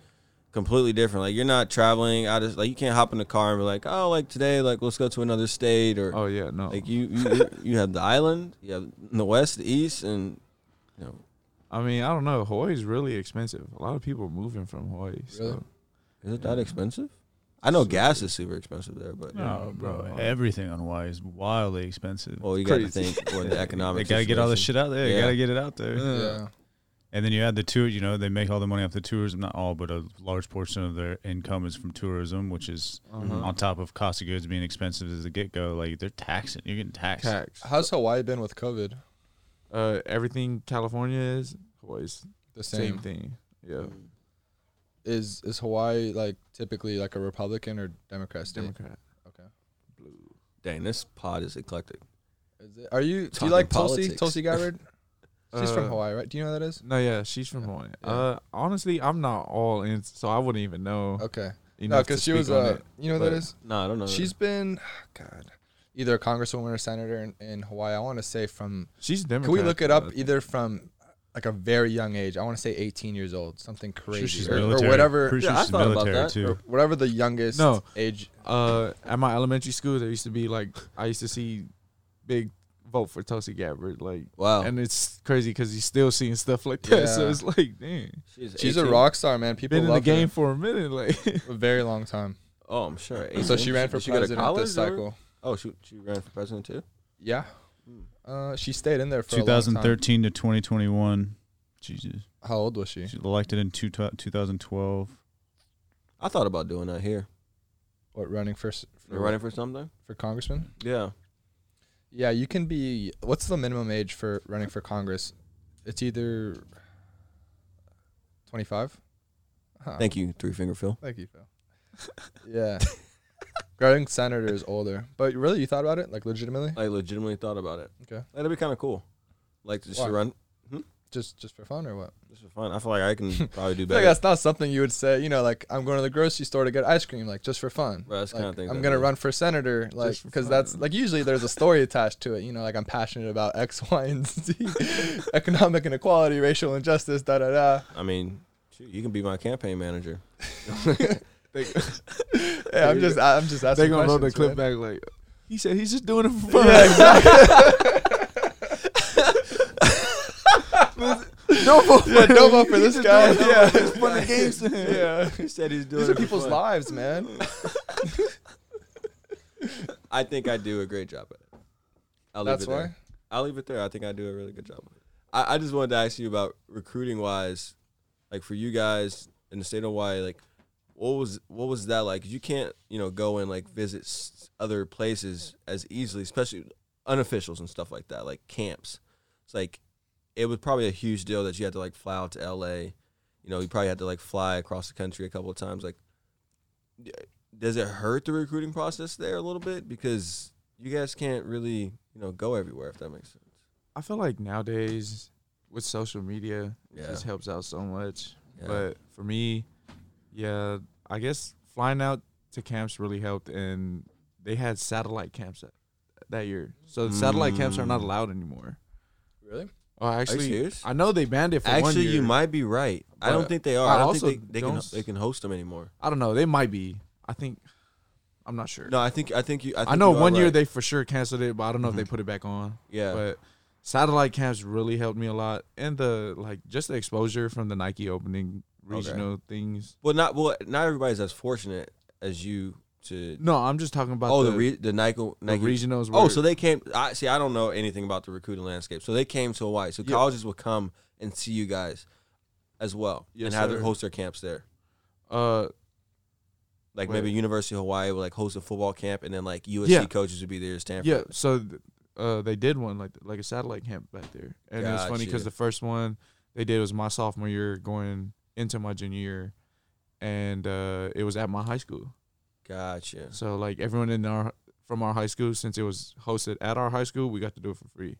completely different. Like, you're not traveling out of, like, you can't hop in the car and be like, oh, like, today, like, let's go to another state or. Oh yeah, no. Like you, you, you have the island, you have the west, the east, and you know, I mean, I don't know. Hawaii's really expensive. A lot of people are moving from Hawaii. So. Really? is it that expensive? I know gas is super expensive there, but No, bro. bro. Everything on Hawaii is wildly expensive. well, you got to Crazy. think or the [LAUGHS] they economic. gotta get all this situation. shit out there. They Yeah. gotta get it out there. Yeah. And then you add the tour. You know, they make all the money off the tourism. Not all, but a large portion of their income is from tourism, which is Uh-huh. on top of cost of goods being expensive as the get go. Like they're taxing. You're getting taxed. Tax. How's Hawaii been with COVID? Uh, everything California is Hawaii's The same, same. thing. Yeah, Is is Hawaii like typically like a Republican or Democrat state? Democrat. Okay. Blue. Dang, this pod is eclectic. Is it, are you do Talking you like politics. Tulsi Tulsi [LAUGHS] Gabbard? She's Uh, from Hawaii, right? Do you know who that is? No, yeah, she's from Hawaii. Yeah. Uh, honestly, I'm not all in, so I wouldn't even know. Okay. No, enough to because she speak was on uh, it. uh, you know who that but- is? No, I don't know. She's been, oh, God, either a congresswoman or senator in, in Hawaii. I want to say from. She's Democrat. Can we look it though, up? I think. Either from like a very young age. I want to say 18 years old, something crazy, Sure, she's or, or military. whatever, Pretty sure Yeah, I she's thought about military that. too. or whatever the youngest No. age. uh, at my elementary school, there used to be like I used to see big vote for Tulsi Gabbard. Like, Wow. and it's crazy because he's still seeing stuff like that. So Oh. Yeah. it's like, dang, She's a rock star, man. People been in the love game for a minute. Like, [LAUGHS] her a very long time. Oh, I'm sure. So she ran for Did she go to president college this or- cycle. Oh, she she ran for president too. Yeah. Hmm. Uh, she stayed in there for 2013. 2013 to 2021. Jesus. How old was she? She was elected in two, 2012. I thought about doing that here. What running for s- You're for, running for something. for congressman? Yeah. Yeah, you can be. What's the minimum age for running for Congress? It's either 25. Huh. Thank you, Three Finger Phil. Thank you, Phil. yeah. Running senator is older, but really, you thought about it like legitimately, I legitimately thought about it. Okay. That'd be kind of cool. Like just Why? to run. just just for fun or what? This is fun. I feel like I can [LAUGHS] probably do I feel like better. that's not something you would say. You know, like I'm going to the grocery store to get ice cream, like just for fun. Bro, that's the Like, kinda thing I'm that gonna we- run for senator, like Just for because fun. that's like usually there's a story attached to it. You know, like I'm passionate about X, Y, and Z, economic inequality, racial injustice, da da da. I mean, shoot, you can be my campaign manager. Yeah, I'm just I'm just asking. they're gonna roll the questions, clip man. back. Like, he said he's just doing it for fun. no vote. Yeah, [LAUGHS] don't [LAUGHS] vote for this guy. Yeah, Fun and games. yeah. He said he's doing These it are for people's fun. lives, man. I think I do a great job at it. I'll leave That's it there. why. I'll leave it there. I think I do a really good job. I, I just wanted to ask you about recruiting wise, like for you guys in the state of Hawaii, like what was what was that like? You can't you know go and like visit s- other places as easily, especially unofficials and stuff like that, like camps. It's like it was probably a huge deal that you had to like fly out to L.A. You know, you probably had to like fly across the country a couple of times. Like, d- does it hurt the recruiting process there a little bit because you guys can't really you know go everywhere if that makes sense? I feel like nowadays with social media, Yeah. it just helps out so much. Yeah. But for me, yeah, I guess flying out to camps really helped, and they had satellite camps that, that year. So the satellite camps are not Mm. allowed anymore. Really? Oh, actually, serious? I know they banned it for one Actually, year. you might be right. I don't But think they are. I I don't also think they, they can don't- they can host them anymore. I don't know. They might be. I think. I'm not sure. No, I think I think you. I, think I know you are one year right. Mm-hmm. they for sure canceled it, but I don't know if they put it back on. Yeah. But satellite camps really helped me a lot, and the like just the exposure from the Nike opening regional things. well, not well. Not everybody's as fortunate as you to. No, I'm just talking about oh, the the, the, re, the Nike, the Nike regionals. Oh, where- so they came. I see. I don't know anything about the recruiting landscape. So they came to Hawaii. So Yeah. colleges will come and see you guys as well, Yes, and have their sir. host their camps there. uh, Like Wait. maybe University of Hawaii will like host a football camp, and then like USC Yeah. coaches would be there. Stanford. yeah, so th- uh, they did one like like a satellite camp back there, and it was funny Gotcha. because the first one they did was my sophomore year, going into my junior year, and uh, it was at my high school. Gotcha. So like everyone in our from our high school, since it was hosted at our high school, we got to do it for free.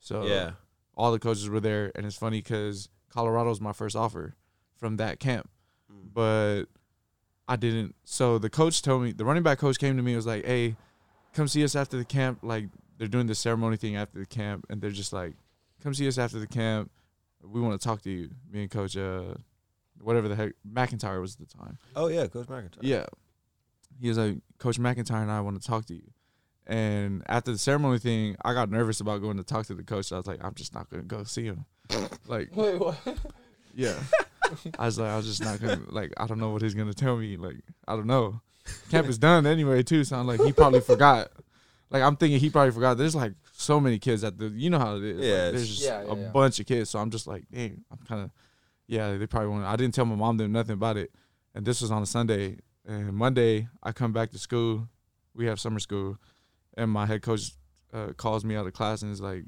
So yeah. all the coaches were there, and it's funny because Colorado was my first offer from that camp, Mm. but I didn't. So the coach told me, the running back coach came to me, and was like, "Hey, come see us after the camp. Like they're doing the ceremony thing after the camp, and they're just like, come see us after the camp. We want to talk to you, me and Coach, uh, whatever the heck McIntyre was at the time." Oh yeah, Coach McIntyre. Yeah. He was like, Coach McIntyre and I want to talk to you. And after the ceremony thing, I got nervous about going to talk to the coach. I was like, I'm just not gonna go see him. like, Wait, [LAUGHS] what? yeah. [LAUGHS] I was like, I was just not gonna like. I don't know what he's gonna tell me. Like, I don't know. Camp is done anyway, too. So I'm like, he probably forgot. Like, I'm thinking he probably forgot. There's like so many kids at the. You know how it is. Like, Yeah, there's it's- just Yeah, yeah, a yeah. bunch of kids. So I'm just like, dang, I'm kind of. Yeah, they probably want. I didn't tell my mom them nothing about it, and this was on a Sunday. And Monday, I come back to school. We have summer school, and my head coach uh, calls me out of class and is like,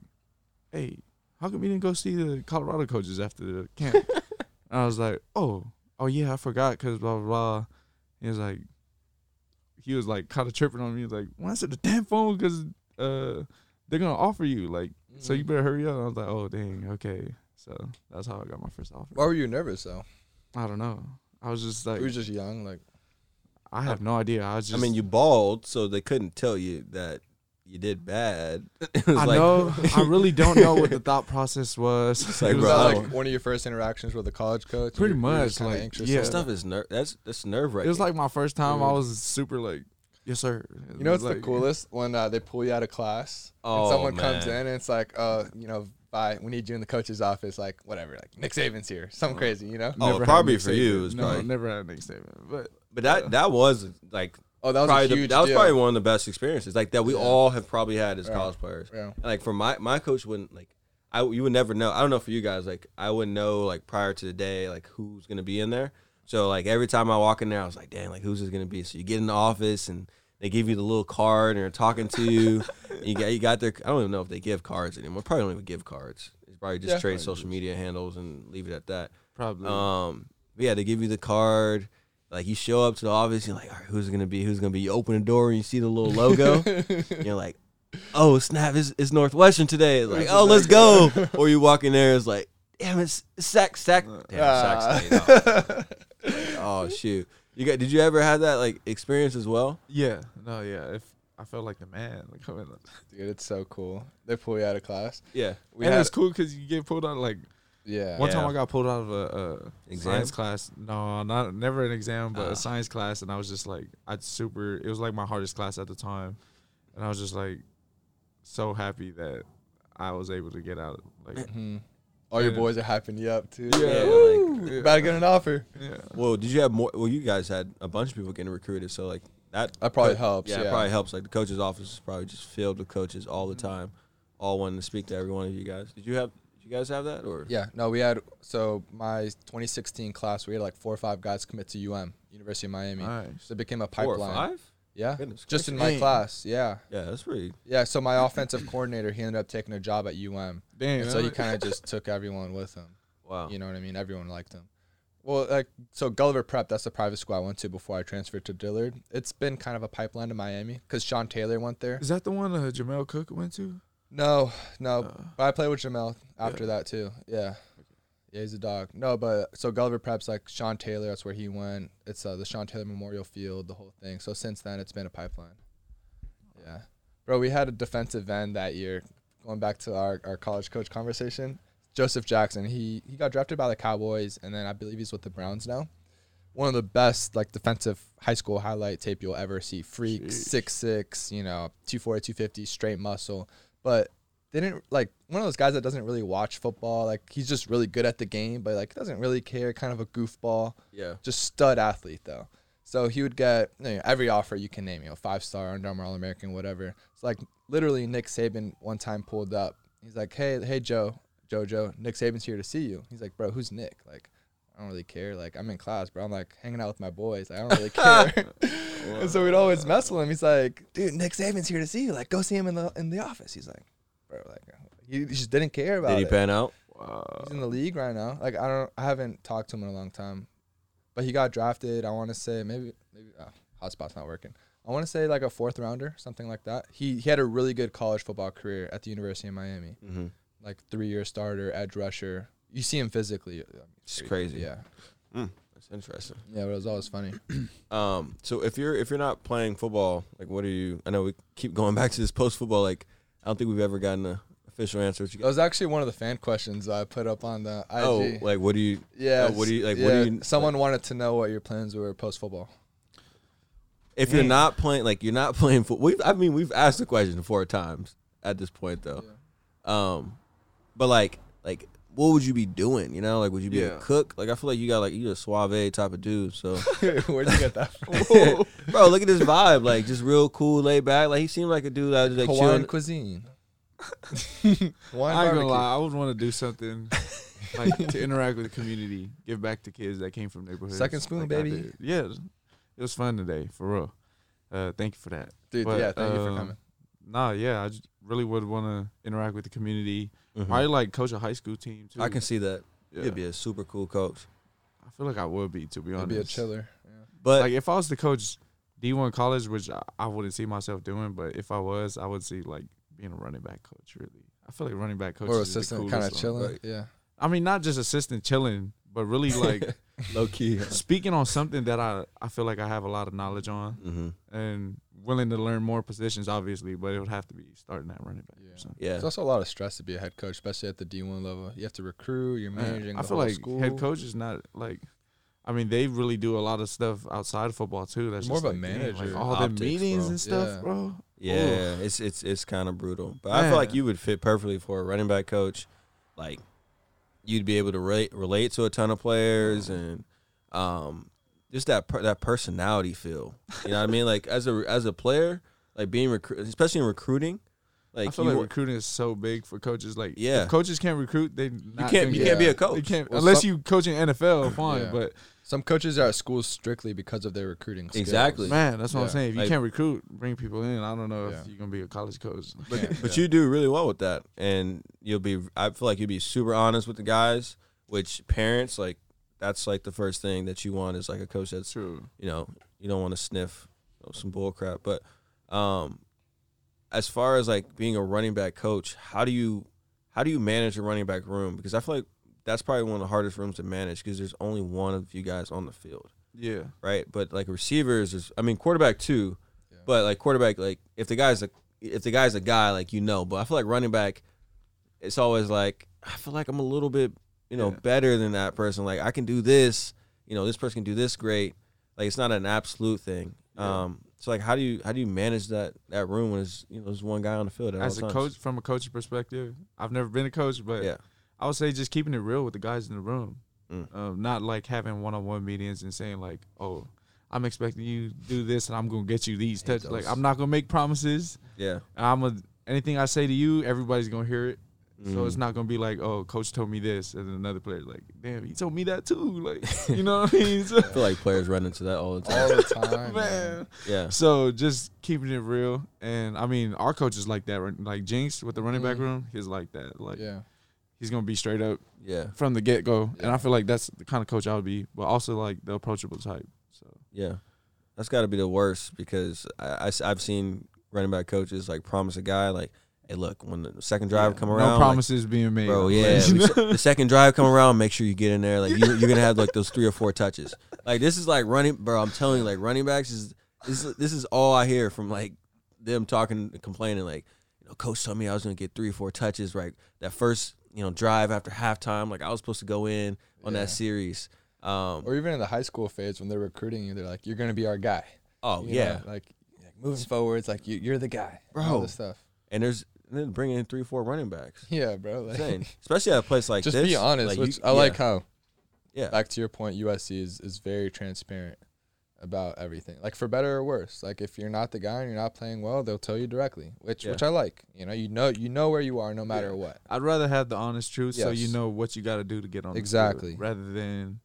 "Hey, how come you didn't go see the Colorado coaches after the camp?" and I was like, "Oh, oh yeah, I forgot because blah blah blah." He was like, he was like kind of tripping on me. He was like, "Well, answer the damn phone because uh, they're gonna offer you like, so Mm-hmm. you better hurry up." And I was like, "Oh dang, okay." So that's how I got my first offer. Why were you nervous though? I don't know. I was just You like, were just young, like I have no idea. I I was just, mean, you balled, so they couldn't tell you that you did bad. [LAUGHS] It was I like- [LAUGHS] know. I really don't know what the thought process was. It's like, It was bro, Oh. I was that don't- like one of your first interactions with a college coach? Pretty You were- you were much, just kinda like, anxious. yeah. That stuff is ner- that's that's nerve It wracking. was like my first time. I was super like, yes sir. You know what's the Like- coolest when uh, they pull you out of class Oh, and someone comes in man. and it's like, uh, you know, bye, we need you in the coach's office, like whatever, like Nick Saban's here, something crazy, you know? Oh, Never had probably Nick for Saban. you, it's no, probably- never had a Nick Saban, but But that that was like Oh, that was probably a huge. the, that was deal. probably one of the best experiences like that we all have probably had as college players. Yeah. And, like for my my coach wouldn't like I you would never know. I don't know for you guys like I wouldn't know like prior to the day like who's gonna be in there. So like every time I walk in there, I was like, dang, like who's this gonna be? So you get in the office and they give you the little card and they're talking to you. And you got you got their I don't even know if they give cards anymore. Probably don't even give cards. It's probably just Yeah. trade social media handles and leave it at that. probably Um, but yeah, they give you the card. Like you show up to the office, you're like, all right, who's it gonna be? Who's it gonna be? You open the door and you see the little logo. and you're like, oh snap, it's, it's Northwestern today. It's like, oh, let's go. [LAUGHS] or you walk in there, it's like, damn, it's Sac Sac. Damn, Ah. Sac State. Oh. oh shoot, you got? Did you ever have that like experience as well? yeah, no, yeah. If I felt like the man, like coming up. [LAUGHS] Dude, it's so cool. They pull you out of class. Yeah. We [LAUGHS] and had, it's cool because you get pulled out. Like yeah. one time, Yeah. I got pulled out of a, a Exam? science class. No, not never an exam, but Ah. a science class, and I was just like, I super. It was like my hardest class at the time, and I was just like, so happy that I was able to get out. Like, Mhm. All your Yeah. boys are hyping you up too. [LAUGHS] Yeah, Woo! like- about to get an offer. yeah, Well, did you have more? Well, you guys had a bunch of people getting recruited, so like that That probably helps. Yeah, Yeah, it probably helps. Like the coach's office is probably just filled with coaches all the time, all wanting to speak to every one of you guys. Did you have? Did you guys have that or? Yeah, no, we had so my 2016 class, we had like four or five guys commit to UM, University of Miami. nice. So it became a Four pipeline. or five? Yeah, Goodness just in gracious. my class. Yeah, Yeah, that's pretty. yeah. So my offensive coordinator, he ended up taking a job at UM, Damn. and so he kind of just took everyone with him. Wow. You know what I mean? Everyone liked him. Well, like so Gulliver Prep, that's the private school I went to before I transferred to Dillard. It's been kind of a pipeline to Miami because Sean Taylor went there. Is that the one uh, Jamel Cook went to? No, no, Uh, But I played with Jamel after that too. Yeah. Yeah, he's a dog. No, but so Gulliver Prep's like Sean Taylor. That's where he went. It's uh, the Sean Taylor Memorial Field, the whole thing. So since then, it's been a pipeline. Yeah, bro, we had a defensive end that year. Going back to our, our college coach conversation, Joseph Jackson. He he got drafted by the Cowboys, and then I believe he's with the Browns now. One of the best like defensive high school highlight tape you'll ever see. Freak, Sheesh. six six, you know, 240, 250, straight muscle. But they didn't like one of those guys that doesn't really watch football. Like he's just really good at the game, but like doesn't really care. Kind of a goofball, Yeah. just stud athlete though. So he would get you know, every offer you can name, you know, five star, Under Armour, All American, whatever. It's like literally Nick Saban one time pulled up. He's like, hey, hey Joe, Jojo, Nick Saban's here to see you. He's like, bro, who's Nick? Like. I don't really care. Like I'm in class, bro. I'm like hanging out with my boys. I don't [LAUGHS] really care. [LAUGHS] and so we'd always mess with him. He's like, dude, Nick Saban's here to see you. Like, go see him in the in the office. He's like, bro, like he he just didn't care about Did he it. pan out? Wow. He's in the league right now. Like I don't, I haven't talked to him in a long time, but he got drafted. I want to say maybe, maybe oh, hotspot's not working. I want to say like a fourth rounder, something like that. He he had a really good college football career at the University of Miami, Mm-hmm. like three year starter, edge rusher. You see him physically. It's crazy. Mm. Yeah, Mm. That's interesting. yeah, but it was always funny. Um, so if you're if you're not playing football, like what are you? I know we keep going [LAUGHS] back to this post football. Like I don't think we've ever gotten an official answer. What you That was actually one of the fan questions I put up on the IG. Oh, like what do you? yeah. oh, what do you- like, what do you- Someone wanted to know what your plans were post football. If you're not playing, like you're not [LAUGHS] playing football. We've, I mean, we've asked the question four times at this point, though. Um, but like, like, what would you be doing? You know, like, would you be Yeah. a cook? Like, I feel like you got like you a suave type of dude. [LAUGHS] So, [LAUGHS] [LAUGHS] Where'd you get that from? bro, look at this vibe. Like, just real cool, laid back. Like, he seemed like a dude that was like Hawaiian chilling. [LAUGHS] cuisine. I Hawaiian ain't gonna barbecue. lie, I would want to do something like to interact with the community, give back to kids that came from neighborhoods. Second spoon, like I baby. did. Yeah, it was fun today for real. Uh, thank you for that. Dude, But, yeah, thank you for um, coming. Nah, yeah, I just really would want to interact with the community. Mm-hmm. Mhm. Probably like coach a high school team too. I can see that. Yeah. He'd be a super cool coach. I feel like I would be to be It'd honest. be a chiller. But Like if I was to coach D1 college, which I, I wouldn't see myself doing, but if I was, I would see like being a running back coach. Really, I feel like running back coach Or is the assistant, kind coolest of one. chilling. Right. Yeah. I mean, not just assistant chilling, but really like [LAUGHS] low [LAUGHS] key. speaking on something that I, I feel like I have a lot of knowledge on hmm and willing to learn more positions, obviously, but it would have to be starting at running back. Yeah. Or something. Yeah. It's also a lot of stress to be a head coach, especially at the D1 level. You have to recruit, you're managing I the feel whole like school. head coach is not like I mean, they really do a lot of stuff outside of football too. That's More just of a like, dang, manager like all the optics, meetings bro. and stuff, Yeah. bro. Yeah, it's it's it's kind of brutal. But I feel like Man. you would fit perfectly for a running back coach. Like you'd be able to relate relate to a ton of players and um just that per, that personality feel. You know what I mean? Like as a as a player, like being recruit, especially in recruiting, like I feel you, like wa- recruiting is so big for coaches. Like, Yeah. if coaches can't recruit. They you can't you Yeah. can't be a They coach. can't Well, unless some- you coaching NFL. Fine, Yeah. but Some coaches are at schools strictly because of their recruiting. Skills. Exactly. man, that's what I'm Yeah. saying. If you Like- can't recruit, bring people in. I don't know Yeah. if you're gonna be a college coach. But, [LAUGHS] But you do really well with that, and you'll be. I feel like you'll be super honest with the guys. Which parents like? That's like the first thing that you want is like a coach that's True. you know, you don't want to sniff some bull crap. But um, as far as like being a running back coach, how do you how do you manage a running back room? Because I feel like that's probably one of the hardest rooms to manage because there's only one of you guys on the field, Yeah. right? But like receivers, is I mean quarterback too, Yeah. but like quarterback, like if the guy's a if the guy's a guy, like you know. But I feel like running back, it's always like I feel like I'm a little bit you know Yeah. better than that person. Like I can do this, you know, this person can do this great like it's not an absolute thing. Yeah. Um, so like, how do you how do you manage that that room when there's you know there's one guy on the field at As a all times? coach, from a coaching perspective, I've never been a coach, but Yeah, I would say just keeping it real with the guys in the room, Mm. um, not like having one-on-one meetings and saying like, "Oh, I'm expecting you to do this, and I'm gonna get you these touch." Like, those. I'm not gonna make promises. yeah, I'm a anything I say to you, everybody's gonna hear it. So Mhm. it's not gonna be like, "Oh, coach told me this," and then another player like, "Damn, he told me that too." [LAUGHS] Like, you know what I mean? So, [LAUGHS] I feel like players run into that all the time. all the time, man. man. [LAUGHS] yeah, So just keeping it real, and I mean, our coach is like that. right? Like Jinx with the running back Mhm. room, he's like that. Like, Yeah, he's gonna be straight up. yeah, from the get go, and I feel like that's the kind of coach I would be, but also like the approachable type. So yeah. That's got to be the worst because I, have seen running back coaches like promise a guy like, hey, look, when the second drive come around, no like, promises being made, Bro, [LAUGHS] Like, yeah. you we- know? the second drive come around, make sure you get in there. Like you, you're gonna have like those three or four touches. Like this is like running, bro. I'm telling you, like running backs is this. is- This is all I hear from like them talking, complaining. Like, you know, coach told me I was gonna get three or four touches. Right, that first you know drive after halftime. Like I was supposed to go in on Yeah. that series. Um, or even in the high school phase when they're recruiting you, they're like, "You're gonna be our guy." oh You know, yeah, like, like moving forward, it's like you, you're the guy, and All Bro. this stuff. and there's and then bringing in three or four running backs. [LAUGHS] Yeah, bro. Like, Insane. Especially at a place like just this. be honest. you- which I yeah, like how. Yeah. Back to your point, USC is is very transparent about everything, like for better or worse. Like if you're not the guy and you're not playing well, they'll tell you directly, which Yeah. which I like. You know, you know, you know where you are, no matter Yeah. what. I'd rather have the honest truth, so you Yes. know what you got to do to get on the field, Exactly. rather than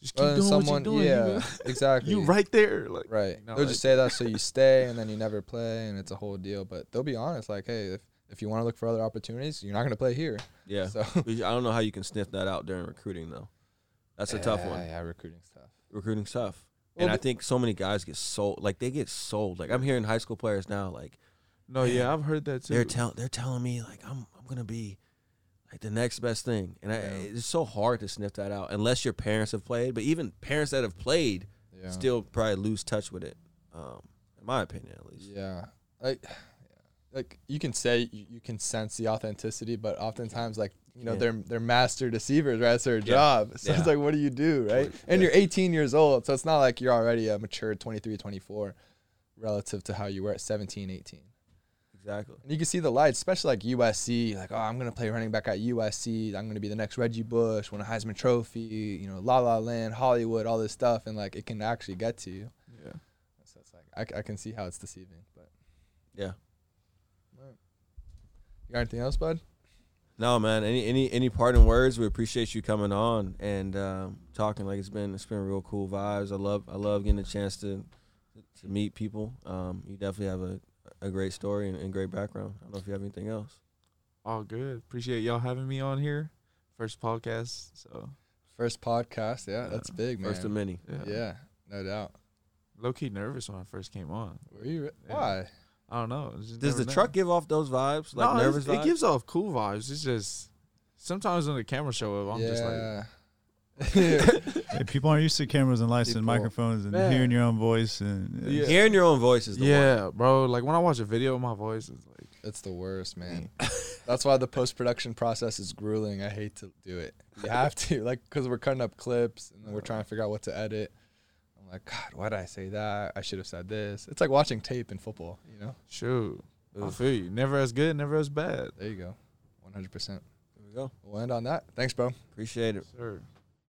just keep Well, and doing someone, what you're yeah, [LAUGHS] doing. Yeah. exactly. [LAUGHS] You, right there, like Right. know, they'll like- just say that so you stay and then you never play and it's a whole deal. But they'll be honest, like, hey, if, if you want to look for other opportunities, you're not gonna play here. Yeah. So I don't know how you can sniff that out during recruiting though. That's a tough one. Yeah, yeah, recruiting's tough. recruiting stuff. Well, and I but- think so many guys get sold. Like they get sold. Like I'm hearing high school players now. Like no, yeah, I've heard that too. they're tell they're telling me like I'm I'm gonna be like the next best thing. And I, Yeah. it's so hard to sniff that out unless your parents have played. But even parents that have played Yeah. still probably lose touch with it. Um, in my opinion, at least. Yeah. Like, like you can say you, you can sense the authenticity, but oftentimes, like you know, Yeah. they're they're master deceivers, right? It's their Yeah. job. [LAUGHS] So Yeah. it's like, what do you do, right? And you're 18 years old, so it's not like you're already a mature 23, 24, relative to how you were at 17, 18. Exactly. And you can see the lights, especially like USC. Like, oh, I'm gonna play running back at USC. I'm gonna be the next Reggie Bush, win a Heisman Trophy. You know, La La Land, Hollywood, all this stuff, and like it can actually get to you. yeah. So it's like I, c- I can see how it's deceiving. But Yeah. Right. You got anything else, bud? No man. Any any any parting words? We appreciate you coming on and um, talking. Like it's been it's been real cool vibes. I love I love getting a chance to to meet people. Um, you definitely have a, a great story and, and great background. I don't know if you have anything else. All good. Appreciate y'all having me on here. First podcast, so First podcast, yeah, that's Yeah. big, man. First of many. yeah. Yeah, no doubt. Low key nervous when I first came on. Were you re- Yeah. Why? I don't know. Just Does never the know. truck give off those vibes? Like no, nervous it's- vibes? It gives off cool vibes. It's just sometimes when the camera show up, I'm just like, yeah. Just [LAUGHS] like Hey, people aren't used to cameras and lights and People- microphones and Man. hearing your own voice and Yeah. Hearing your own voice is the one. yeah, bro. Like when I watch a video, my voice is like, it's the worst, man. That's why the post production process is grueling. I hate to do it. You have to, like, because we're cutting up clips and then we're trying to figure out what to edit. I'm like, God, why did I say that? I should have said this. It's like watching tape in football, you know? Shoot. I feel you. Never as good, never as bad. There you go. 100%. There we go. We'll end on that. Thanks, bro. Appreciate it. Sure.